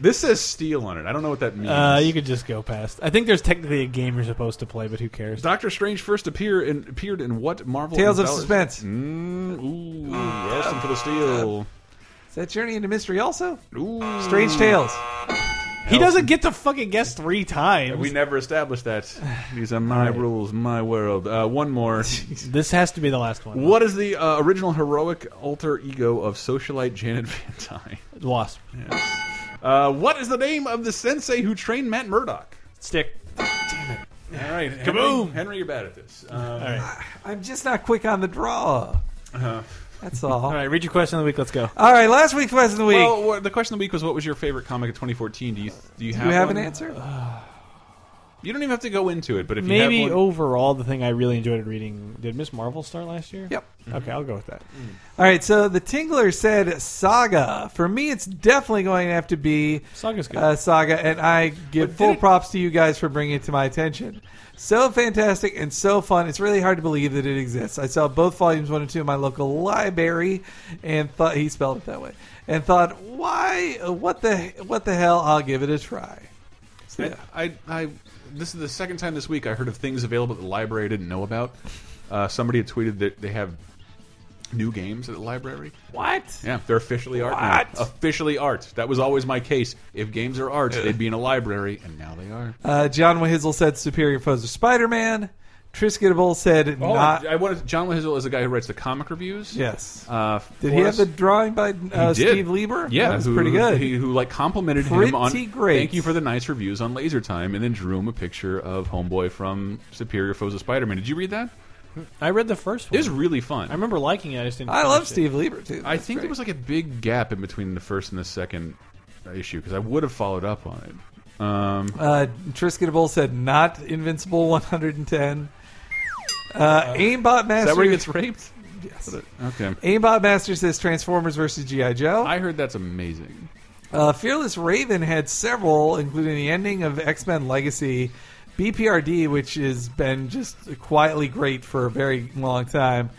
This says steel on it. I don't know what that means.
Uh, you could just go past. I think there's technically a game you're supposed to play, but who cares?
Doctor Strange first appear in, appeared in what Marvel?
Tales of
anthology?
Suspense.
Mm, ooh, Elston for the steel.
Is that Journey into Mystery also?
Ooh.
Strange Tales.
He doesn't get to fucking guess three times.
We never established that. These are my rules, my world. Uh, one more.
this has to be the last one.
What is the uh, original heroic alter ego of socialite Janet Van Dyne?
Wasp.
Uh, what is the name of the sensei who trained Matt Murdock?
Stick.
All right,
Kaboom!
Henry, Henry, you're bad at this. Um,
All right.
I'm just not quick on the draw. That's all.
All right. Read your question of the week. Let's go.
All right, last week's question of the week.
Well, what- the question of the week was, "What was your favorite comic of 2014?" Do you do you
Do
have,
you have
one?
an answer?
You don't even have to go into it, but if you
Maybe
have one,
overall, the thing I really enjoyed reading did Miss Marvel start last year? Mm-hmm.
Yep.
Okay, I'll go with that. Mm,
All right, so the Tingler said Saga. For me, it's definitely going to have to be
Saga's good.
uh, Saga, and I give
did
full
it-
props to you guys for bringing it to my attention. So fantastic and so fun. It's really hard to believe that it exists. I saw both volumes one and two in my local library, and thought he spelled it that way, and thought, why? What the? What the hell? I'll give it a try. So, yeah.
I, I, I, this is the second time this week I heard of things available at the library I didn't know about. Uh, somebody had tweeted that they have new games at the library.
What?
Yeah, they're officially art now.
What?
Officially art. That was always my case. If games are art, they'd be in a library, and now they are.
Uh, John Wahizel said Superior Foes of Spider-Man. Triskidable said
Oh,
not.
I wanted, John Wahizel is a guy who writes the comic reviews.
yes.
Uh,
Did
for
he have
us.
the drawing by uh,
He did.
Steve Lieber?
Yeah,
that was
who-
pretty good.
He, who like complimented him on
Pretty great.
Thank you for the nice reviews on Laser Time, and then drew him a picture of Homeboy from Superior Foes of Spider-Man. Did you read that?
I read the first
It
one.
was really fun.
I remember liking it. I just didn't.
I
finish
love
it.
Steve Lieber too.
I
That's
think
great.
there was like a big gap in between the first and the second issue because I would have followed up on it. Um,
uh, Triskidable said not Invincible 110. Uh, Aimbot
is
Master.
that where he gets raped?
Yes.
Okay.
Aimbot Master says Transformers versus GI Joe.
I heard that's amazing.
Uh, Fearless Raven had several, including the ending of X Men Legacy, BPRD, which has been just quietly great for a very long time,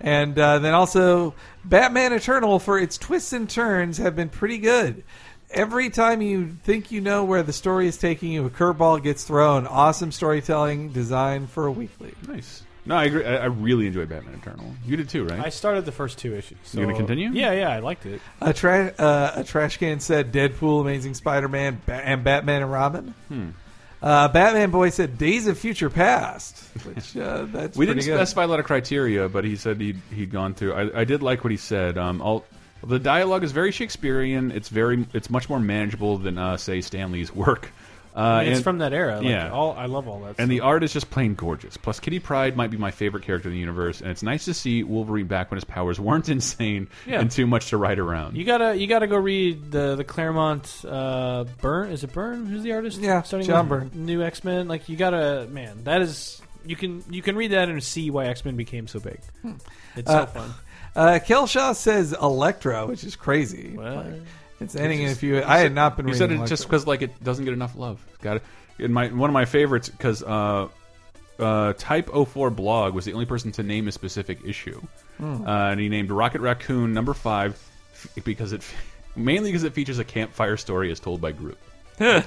and uh, then also Batman Eternal for its twists and turns have been pretty good. Every time you think you know where the story is taking you, a curveball gets thrown. Awesome storytelling design for a weekly.
Nice. No, I agree. I, I really enjoy Batman Eternal. You did too, right?
I started the first two issues. So.
You gonna continue?
Yeah, yeah. I liked it.
A, tra- uh, a trash can said Deadpool, Amazing Spider Man, ba- and Batman and Robin.
Hmm.
Uh, Batman Boy said Days of Future Past, which uh, that's
we
pretty
didn't
good.
specify a lot of criteria, but he said he'd, he'd gone through. I, I did like what he said. Um, all, the dialogue is very Shakespearean. It's very. It's much more manageable than uh, say Stanley's work. Uh,
I mean, it's
and-
from that era. Like,
yeah.
All I love all that.
And the
stuff.
art is just plain gorgeous. Plus, Kitty Pride might be my favorite character in the universe, and it's nice to see Wolverine back when his powers weren't insane
Yeah.
and too much to ride around.
You gotta you gotta go read the the Claremont uh, Burn is it Burn who's the artist
Yeah,
starting
John
with new X Men like you gotta man that is you can you can read that and see why X Men became so big it's
Uh,
so fun
uh, Kelshaw says Electra, which is crazy.
Well,
Like, it's ending in a
just-
few. I had not been.
you
reading
said it
Electra.
just because like it doesn't get enough love. Got it. In my one of my favorites because uh, uh, Type 04 blog was the only person to name a specific issue, uh, and he named Rocket Raccoon number five f- because it mainly because it features a campfire story as told by Groot. Uh,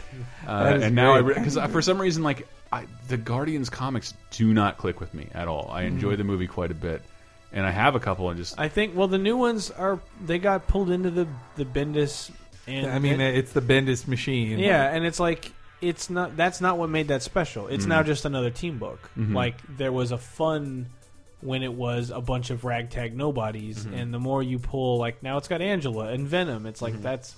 That is
and now I
great.
because for some reason like I, the Guardians comics do not click with me at all. I enjoy the movie quite a bit, and I have a couple and just
I think well the new ones are they got pulled into the the Bendis And
I mean, it's the Bendis machine.
Yeah, and it's like it's not that's not what made that special. It's
Mhm.
now just another team book.
Mhm.
Like there was a fun when it was a bunch of ragtag nobodies
Mhm.
and the more you pull like now it's got Angela and Venom. It's like that's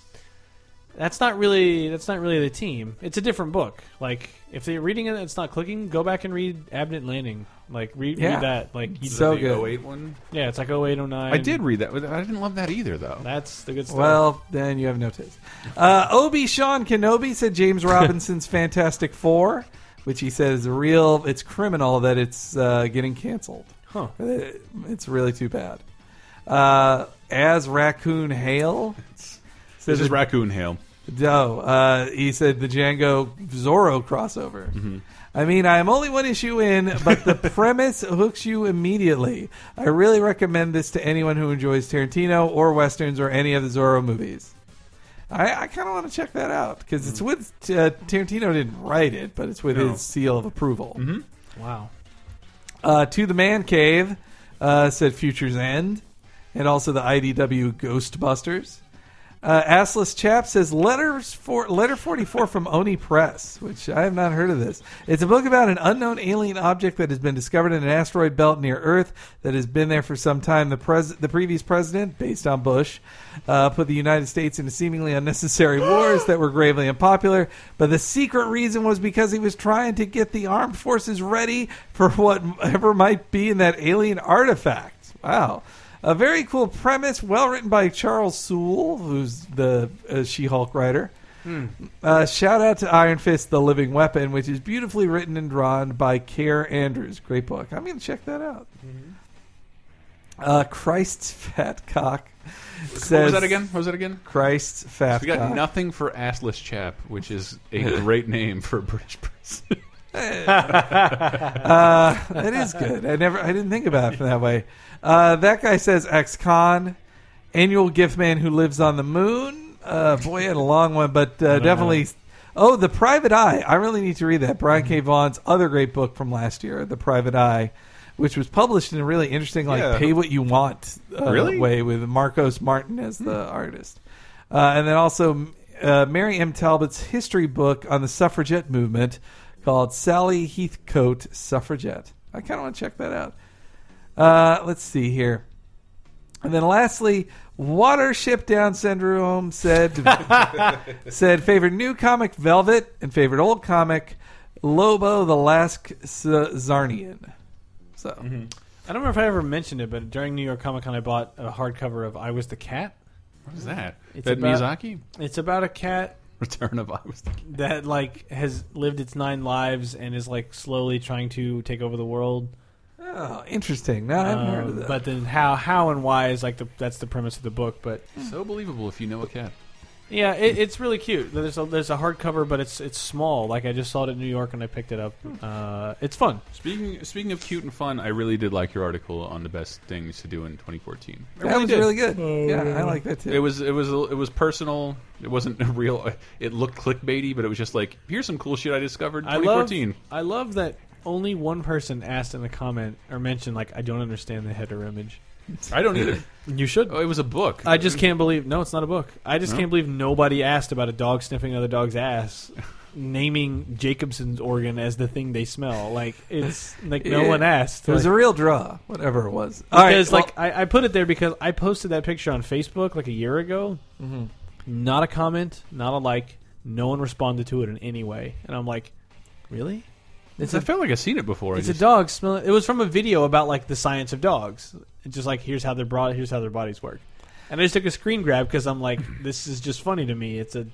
that's not really that's not really the team. It's a different book. Like if they're reading it and it's not clicking, go back and read Abnett Landing. Like read,
Yeah.
read that. Like
Is that the 08 one?
Yeah, it's like 08, 09.
I did read that. but I didn't love that either, though.
That's the good stuff.
Well, then you have no taste. Uh, Obi Sean Kenobi said James Robinson's Fantastic Four, which he said is a real. It's criminal that it's uh, getting canceled. Uh,
Huh.
It's really too bad. Uh, as Raccoon Hale.
This is Raccoon Hale.
No, uh, he said the Django Zorro crossover. I mean, I am only one issue in, but the premise hooks you immediately. I really recommend this to anyone who enjoys Tarantino or westerns or any of the Zorro movies. I, I kind of want to check that out because it's with uh, Tarantino didn't write it, but it's with
No.
his seal of approval.
Wow.
Uh, to the Man Cave uh, said Future's End, and also the IDW Ghostbusters. Uh, Assless Chap says letters for letter forty four from Oni Press, which I have not heard of this. It's a book about an unknown alien object that has been discovered in an asteroid belt near Earth that has been there for some time. The pres- the previous president, based on Bush, uh, put the United States into seemingly unnecessary wars that were gravely unpopular. But the secret reason was because he was trying to get the armed forces ready for whatever might be in that alien artifact. Wow. A very cool premise, well written by Charles Sewell, who's the uh, She Hulk writer.
Hmm.
Uh, shout out to Iron Fist, The Living Weapon, which is beautifully written and drawn by Care Andrews. Great book. I'm going to check that out.
Mm-hmm.
Uh, Christ's Fat Cock says.
What was that again? What was that again?
Christ's Fat
We got
Cock.
nothing for Assless Chap, which is a great name for a British person.
uh, that is good. I never, I didn't think about it from that way. Uh, that guy says ex-con, annual gift man who lives on the moon. Uh, boy, I had a long one, but uh,
don't
definitely.
know.
Oh, the Private Eye. I really need to read that. Brian
Mm-hmm.
K. Vaughan's other great book from last year, The Private Eye, which was published in a really interesting, like
Yeah.
pay what you want uh,
Really? Hmm.
way with Marcos Martin as the artist, uh, and then also uh, Mary M. Talbot's history book on the suffragette movement called Sally Heathcote Suffragette. I kind of want to check that out. Uh, let's see here. And then lastly, Watership Down Syndrome said said favorite new comic Velvet and favorite old comic Lobo the Last Zarnian. So
I don't remember if I ever mentioned it, but during New York Comic Con, I bought a hardcover of I Was the Cat. What
is that? That Miyazaki?
It's about a cat
Return of I was the
that like has lived its nine lives and is like slowly trying to take over the world. Um,
Oh, interesting. No, Um, I haven't heard of that.
But then how how and why is like the that's the premise of the book. But
so believable if you know a cat.
yeah, it, it's really cute. There's a there's a hardcover, but it's it's small. Like I just saw it in New York and I picked it up.
Hmm.
Uh, it's fun.
Speaking speaking of cute and fun, I really did like your article on the best things to do in 2014. I
That was
did.
really good. Oh, Yeah, yeah. I like that too.
It was it was it was personal. It wasn't a real. It looked clickbaity, but it was just like here's some cool shit I discovered in
I love
2014.
I love that only one person asked in the comment or mentioned like I don't understand the header image.
I don't either.
You should.
Oh, it was a book.
I just can't believe. No, it's not a book. I just
No?
can't believe nobody asked about a dog sniffing another dog's ass, naming Jacobson's organ as the thing they smell. Like it's like no
Yeah.
one asked.
It was
Like-
a real draw, whatever it was. All right,
Because
well-
like I, I put it there because I posted that picture on Facebook like a year ago.
Mhm.
Not a comment, not a like. No one responded to it in any way, and I'm like, really?
I felt like I've seen it before. I
It's
just-
a dog smell. It was from a video about like the science of dogs. It's just like here's how they're brought. Here's how their bodies work. And I just took a screen grab because I'm like, this is just funny to me. It's a,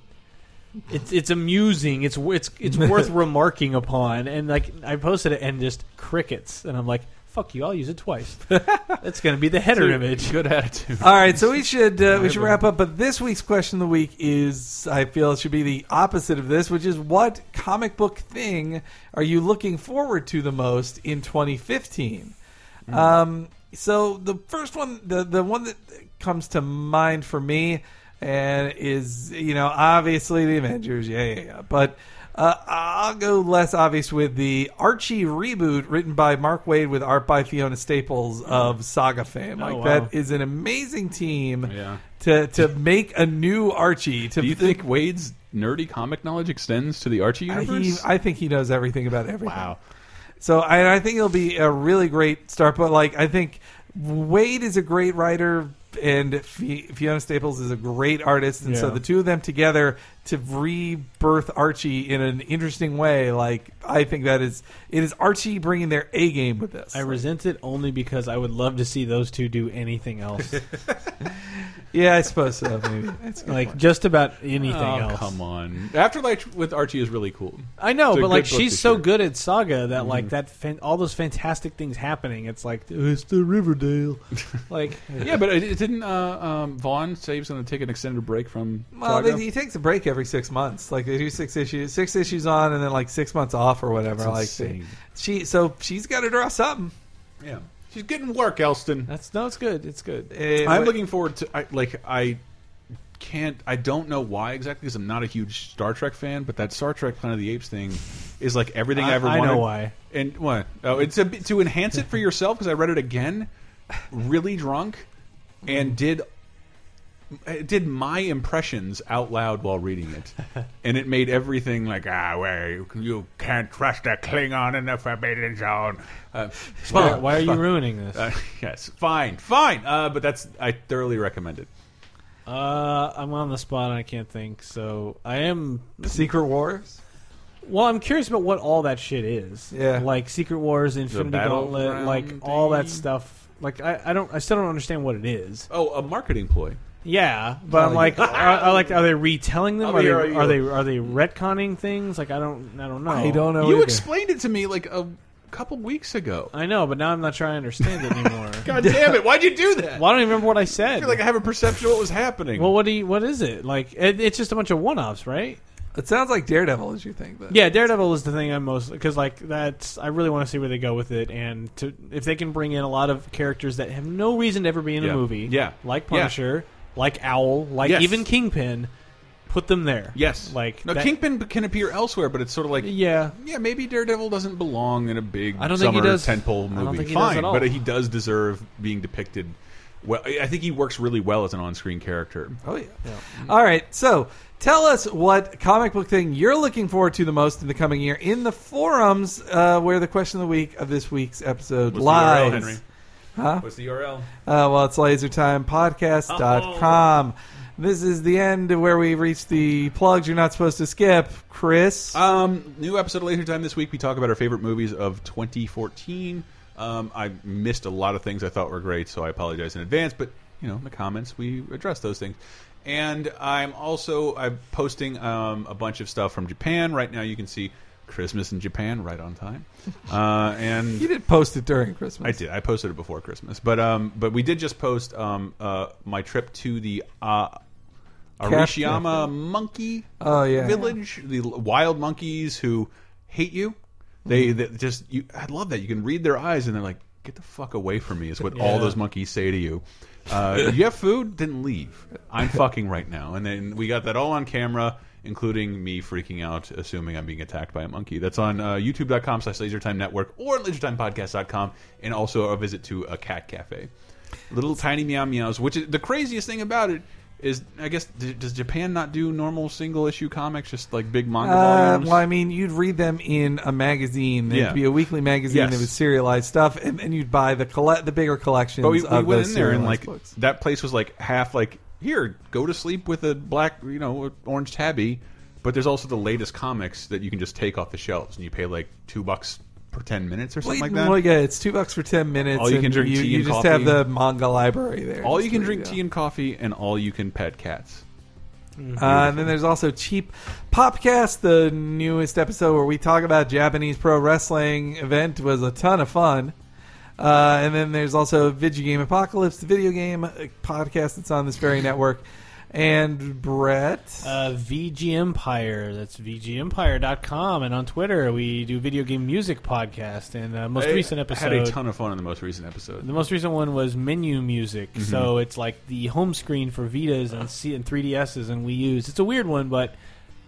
it's it's amusing. It's w- it's it's worth remarking upon. And like I posted it and just crickets. And I'm like, fuck you. I'll use it twice. That's gonna be the header
Dude,
image.
Good attitude.
All right, so we should uh, we should wrap up. But this week's question of the week is, I feel, should be the opposite of this, which is, what comic book thing are you looking forward to the most in 2015?
Mm.
Um, so the first one, the the one that comes to mind for me, and is you know obviously the Avengers, yeah, yeah, yeah. But Uh, I'll go less obvious with the Archie reboot written by Mark Wade with art by Fiona Staples of Saga fame.
Oh,
Like
wow.
that is an amazing team
Yeah.
to to make a new Archie. To
Do you think Wade's nerdy comic knowledge extends to the Archie
I-
universe?
he, I think he knows everything about everything. Wow. So I, I think it'll be a really great start. But like, I think Wade is a great writer, and Fi- Fiona Staples is a great artist, and so
Yeah.
the two of them together to rebirth Archie in an interesting way. Like, I think that is it is Archie bringing their A game with this.
I resent it only because I would love to see those two do anything else.
yeah, I suppose so. Maybe That's a good
like
point.
just about anything
Oh,
else.
Come on, Afterlife with Archie is really cool.
I know,
It's a
but
good
like
book
she's
to
so
share.
good at Saga that
Mhm.
like that fan- all those fantastic things happening. It's like it's the Riverdale. like
yeah, but it, it didn't. Uh, um, Vaughn say he was going to take an extended break from.
Well,
Saga?
they, he takes a break every six months. Like they do six issues, six issues on, and then like six months off or whatever.
That's
like
insane.
she, so she's got to draw something.
Yeah, she's getting work, Elston.
That's no, it's good. It's good.
I'm looking forward to. I, like I can't. I don't know why exactly because I'm not a huge Star Trek fan, but that Star Trek Planet of the Apes thing is like everything I,
I-
ever
I know
wanted.
why.
And what? Oh, it's a, bit- to enhance it for yourself because I read it again, really drunk,
Mm-hmm.
and did. I did my impressions out loud while reading it, and it made everything like ah, well, you, you can't trust a Klingon in the Forbidden Zone.
Why-
Uh, fine,
why are you
fine.
ruining this?
Uh, yes, fine, fine. Uh, but that's I thoroughly recommend it.
Uh, I'm on the spot and I can't think. So I am
Secret Wars.
Well, I'm curious about what all that shit is.
Yeah.
like Secret Wars, Infinity
battle
Gauntlet,
round
like all that stuff. Like I, I don't, I still don't understand what it is.
Oh, a marketing ploy.
Yeah, but I'm
Oh,
like,
yeah.
are, are, like, are they retelling them?
I'll
Are
be
they,
right,
are they
you-
are they retconning things? Like I don't, I don't know.
I don't know
you
either.
explained it to me like a couple weeks ago.
I know, but now I'm not sure I understand it anymore.
God damn it! Why'd you do that?
Well, I don't even remember what I
I
said.
feel like I have a perception of what was happening.
well, what do you, what is it? Like it, it's just a bunch of one offs, right?
It sounds like Daredevil, as you think. But
Yeah, Daredevil is the thing I'm most because like that's I really want to see where they go with it, and to if they can bring in a lot of characters that have no reason to ever be in
Yeah.
a movie,
Yeah.
like
Yeah.
Punisher, like Owl, like
Yes.
even Kingpin, put them there.
Yes,
like
no,
that-
Kingpin can appear elsewhere, but it's sort of like
Yeah,
yeah, maybe Daredevil doesn't belong in a big
I don't think
summer
he does-
tentpole
I
movie.
don't think he does
Fine,
at all.
but he does deserve being depicted. Well, I I think he works really well as an on-screen character.
Oh yeah. All right. So tell us what comic book thing you're looking forward to the most in the coming year in the forums, uh, where the question of the week of this week's episode
What's the URL,
lies.
Henry?
Huh?
What's the URL?
Uh, well, it's lasertimepodcast.com. This is the end where we reach the plugs you're not supposed to skip. Chris,
Um, new episode of Laser Time this week. We talk about our favorite movies of 2014. Um, I missed a lot of things I thought were great, so I apologize in advance. But you know, in the comments we address those things. And I'm also I'm posting um, a bunch of stuff from Japan right now. You can see Christmas in Japan right on time. Uh, and
you did post it during Christmas.
I did. I posted it before Christmas, but um, but we did just post um, uh, my trip to the uh, Arishiyama monkey.
Oh, yeah.
village. The l- wild monkeys who hate you.
Mm-hmm.
They, they just you. I love that you can read their eyes and they're like, "Get the fuck away from me!" Is what all
Yeah.
those monkeys say to you. Uh, you have food, then leave. I'm fucking right now. And then we got that all on camera, including me freaking out, assuming I'm being attacked by a monkey. That's on uh, youtube.com slash lasertime network or lasertimepodcast.com, and also a visit to a cat cafe. Little tiny meow meows, which is the craziest thing about it is, I guess, d- does Japan not do normal single issue comics, just like big manga
Uh,
volumes?
well, I mean, you'd read them in a magazine. It'd
Yeah.
be a weekly magazine
Yes.
that would serialized stuff, and then you'd buy the colle- the bigger collections.
But we, we
of
went
those
in there and
serialized
like
books.
that place was like half like here, go to sleep with a black, you know, orange tabby. But there's also the latest comics that you can just take off the shelves and you pay like two bucks per ten minutes or something
Well,
like
you-
that.
Well, yeah, it's two bucks for ten minutes.
All you
and
can drink
you,
tea
you
and
just
coffee.
have the manga library there. uh,
all
Just
you can
to
drink
read
tea and coffee, and all you can pet cats.
out. Uh, and then there's also Cheap Popcast, the newest episode where we talk about Japanese pro wrestling event was a ton of fun. Uh, and then there's also Video Game Apocalypse, the video game uh, podcast that's on this very network. And Brett,
Uh, VG Empire. That's VGEmpire.com. And on Twitter, we do video game music podcast. And uh, most
I
recent episode.
had a ton of fun on the most recent episode.
the most recent one was menu music,
Mm-hmm.
so it's like the home screen for Vitas and C and 3DSs and Wii U's. It's a weird one, but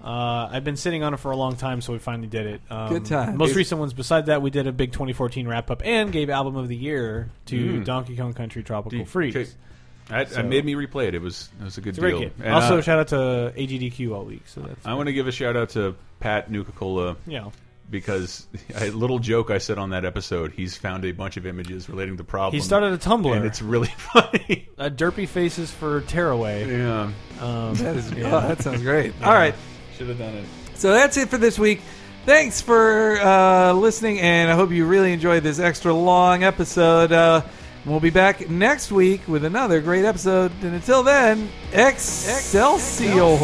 Uh, I've been sitting on it for a long time, so we finally did it. Um,
Good time.
Most
Is-
recent ones beside that, we did a big 2014 wrap up and gave album of the year to
Mm.
Donkey Kong Country Tropical
Dude,
Freeze.
okay. That, that
So-
made me replay it. It was it was a good
It's a
deal.
great game.
And,
also,
uh,
shout out to AGDQ all week. So that's
I want to give a shout out to Pat Nuka Cola.
Yeah.
Because a little joke I said on that episode, he's found a bunch of images relating to the problem.
He started a Tumblr.
and it's really funny.
uh, derpy faces for tearaway.
Yeah,
um,
That is-
yeah.
oh, that sounds great. All right.
should have done it.
So that's it for this week. Thanks for uh, listening, and I hope you really enjoyed this extra long episode. Uh, we'll be back next week with another great episode. And until then, Excelsior!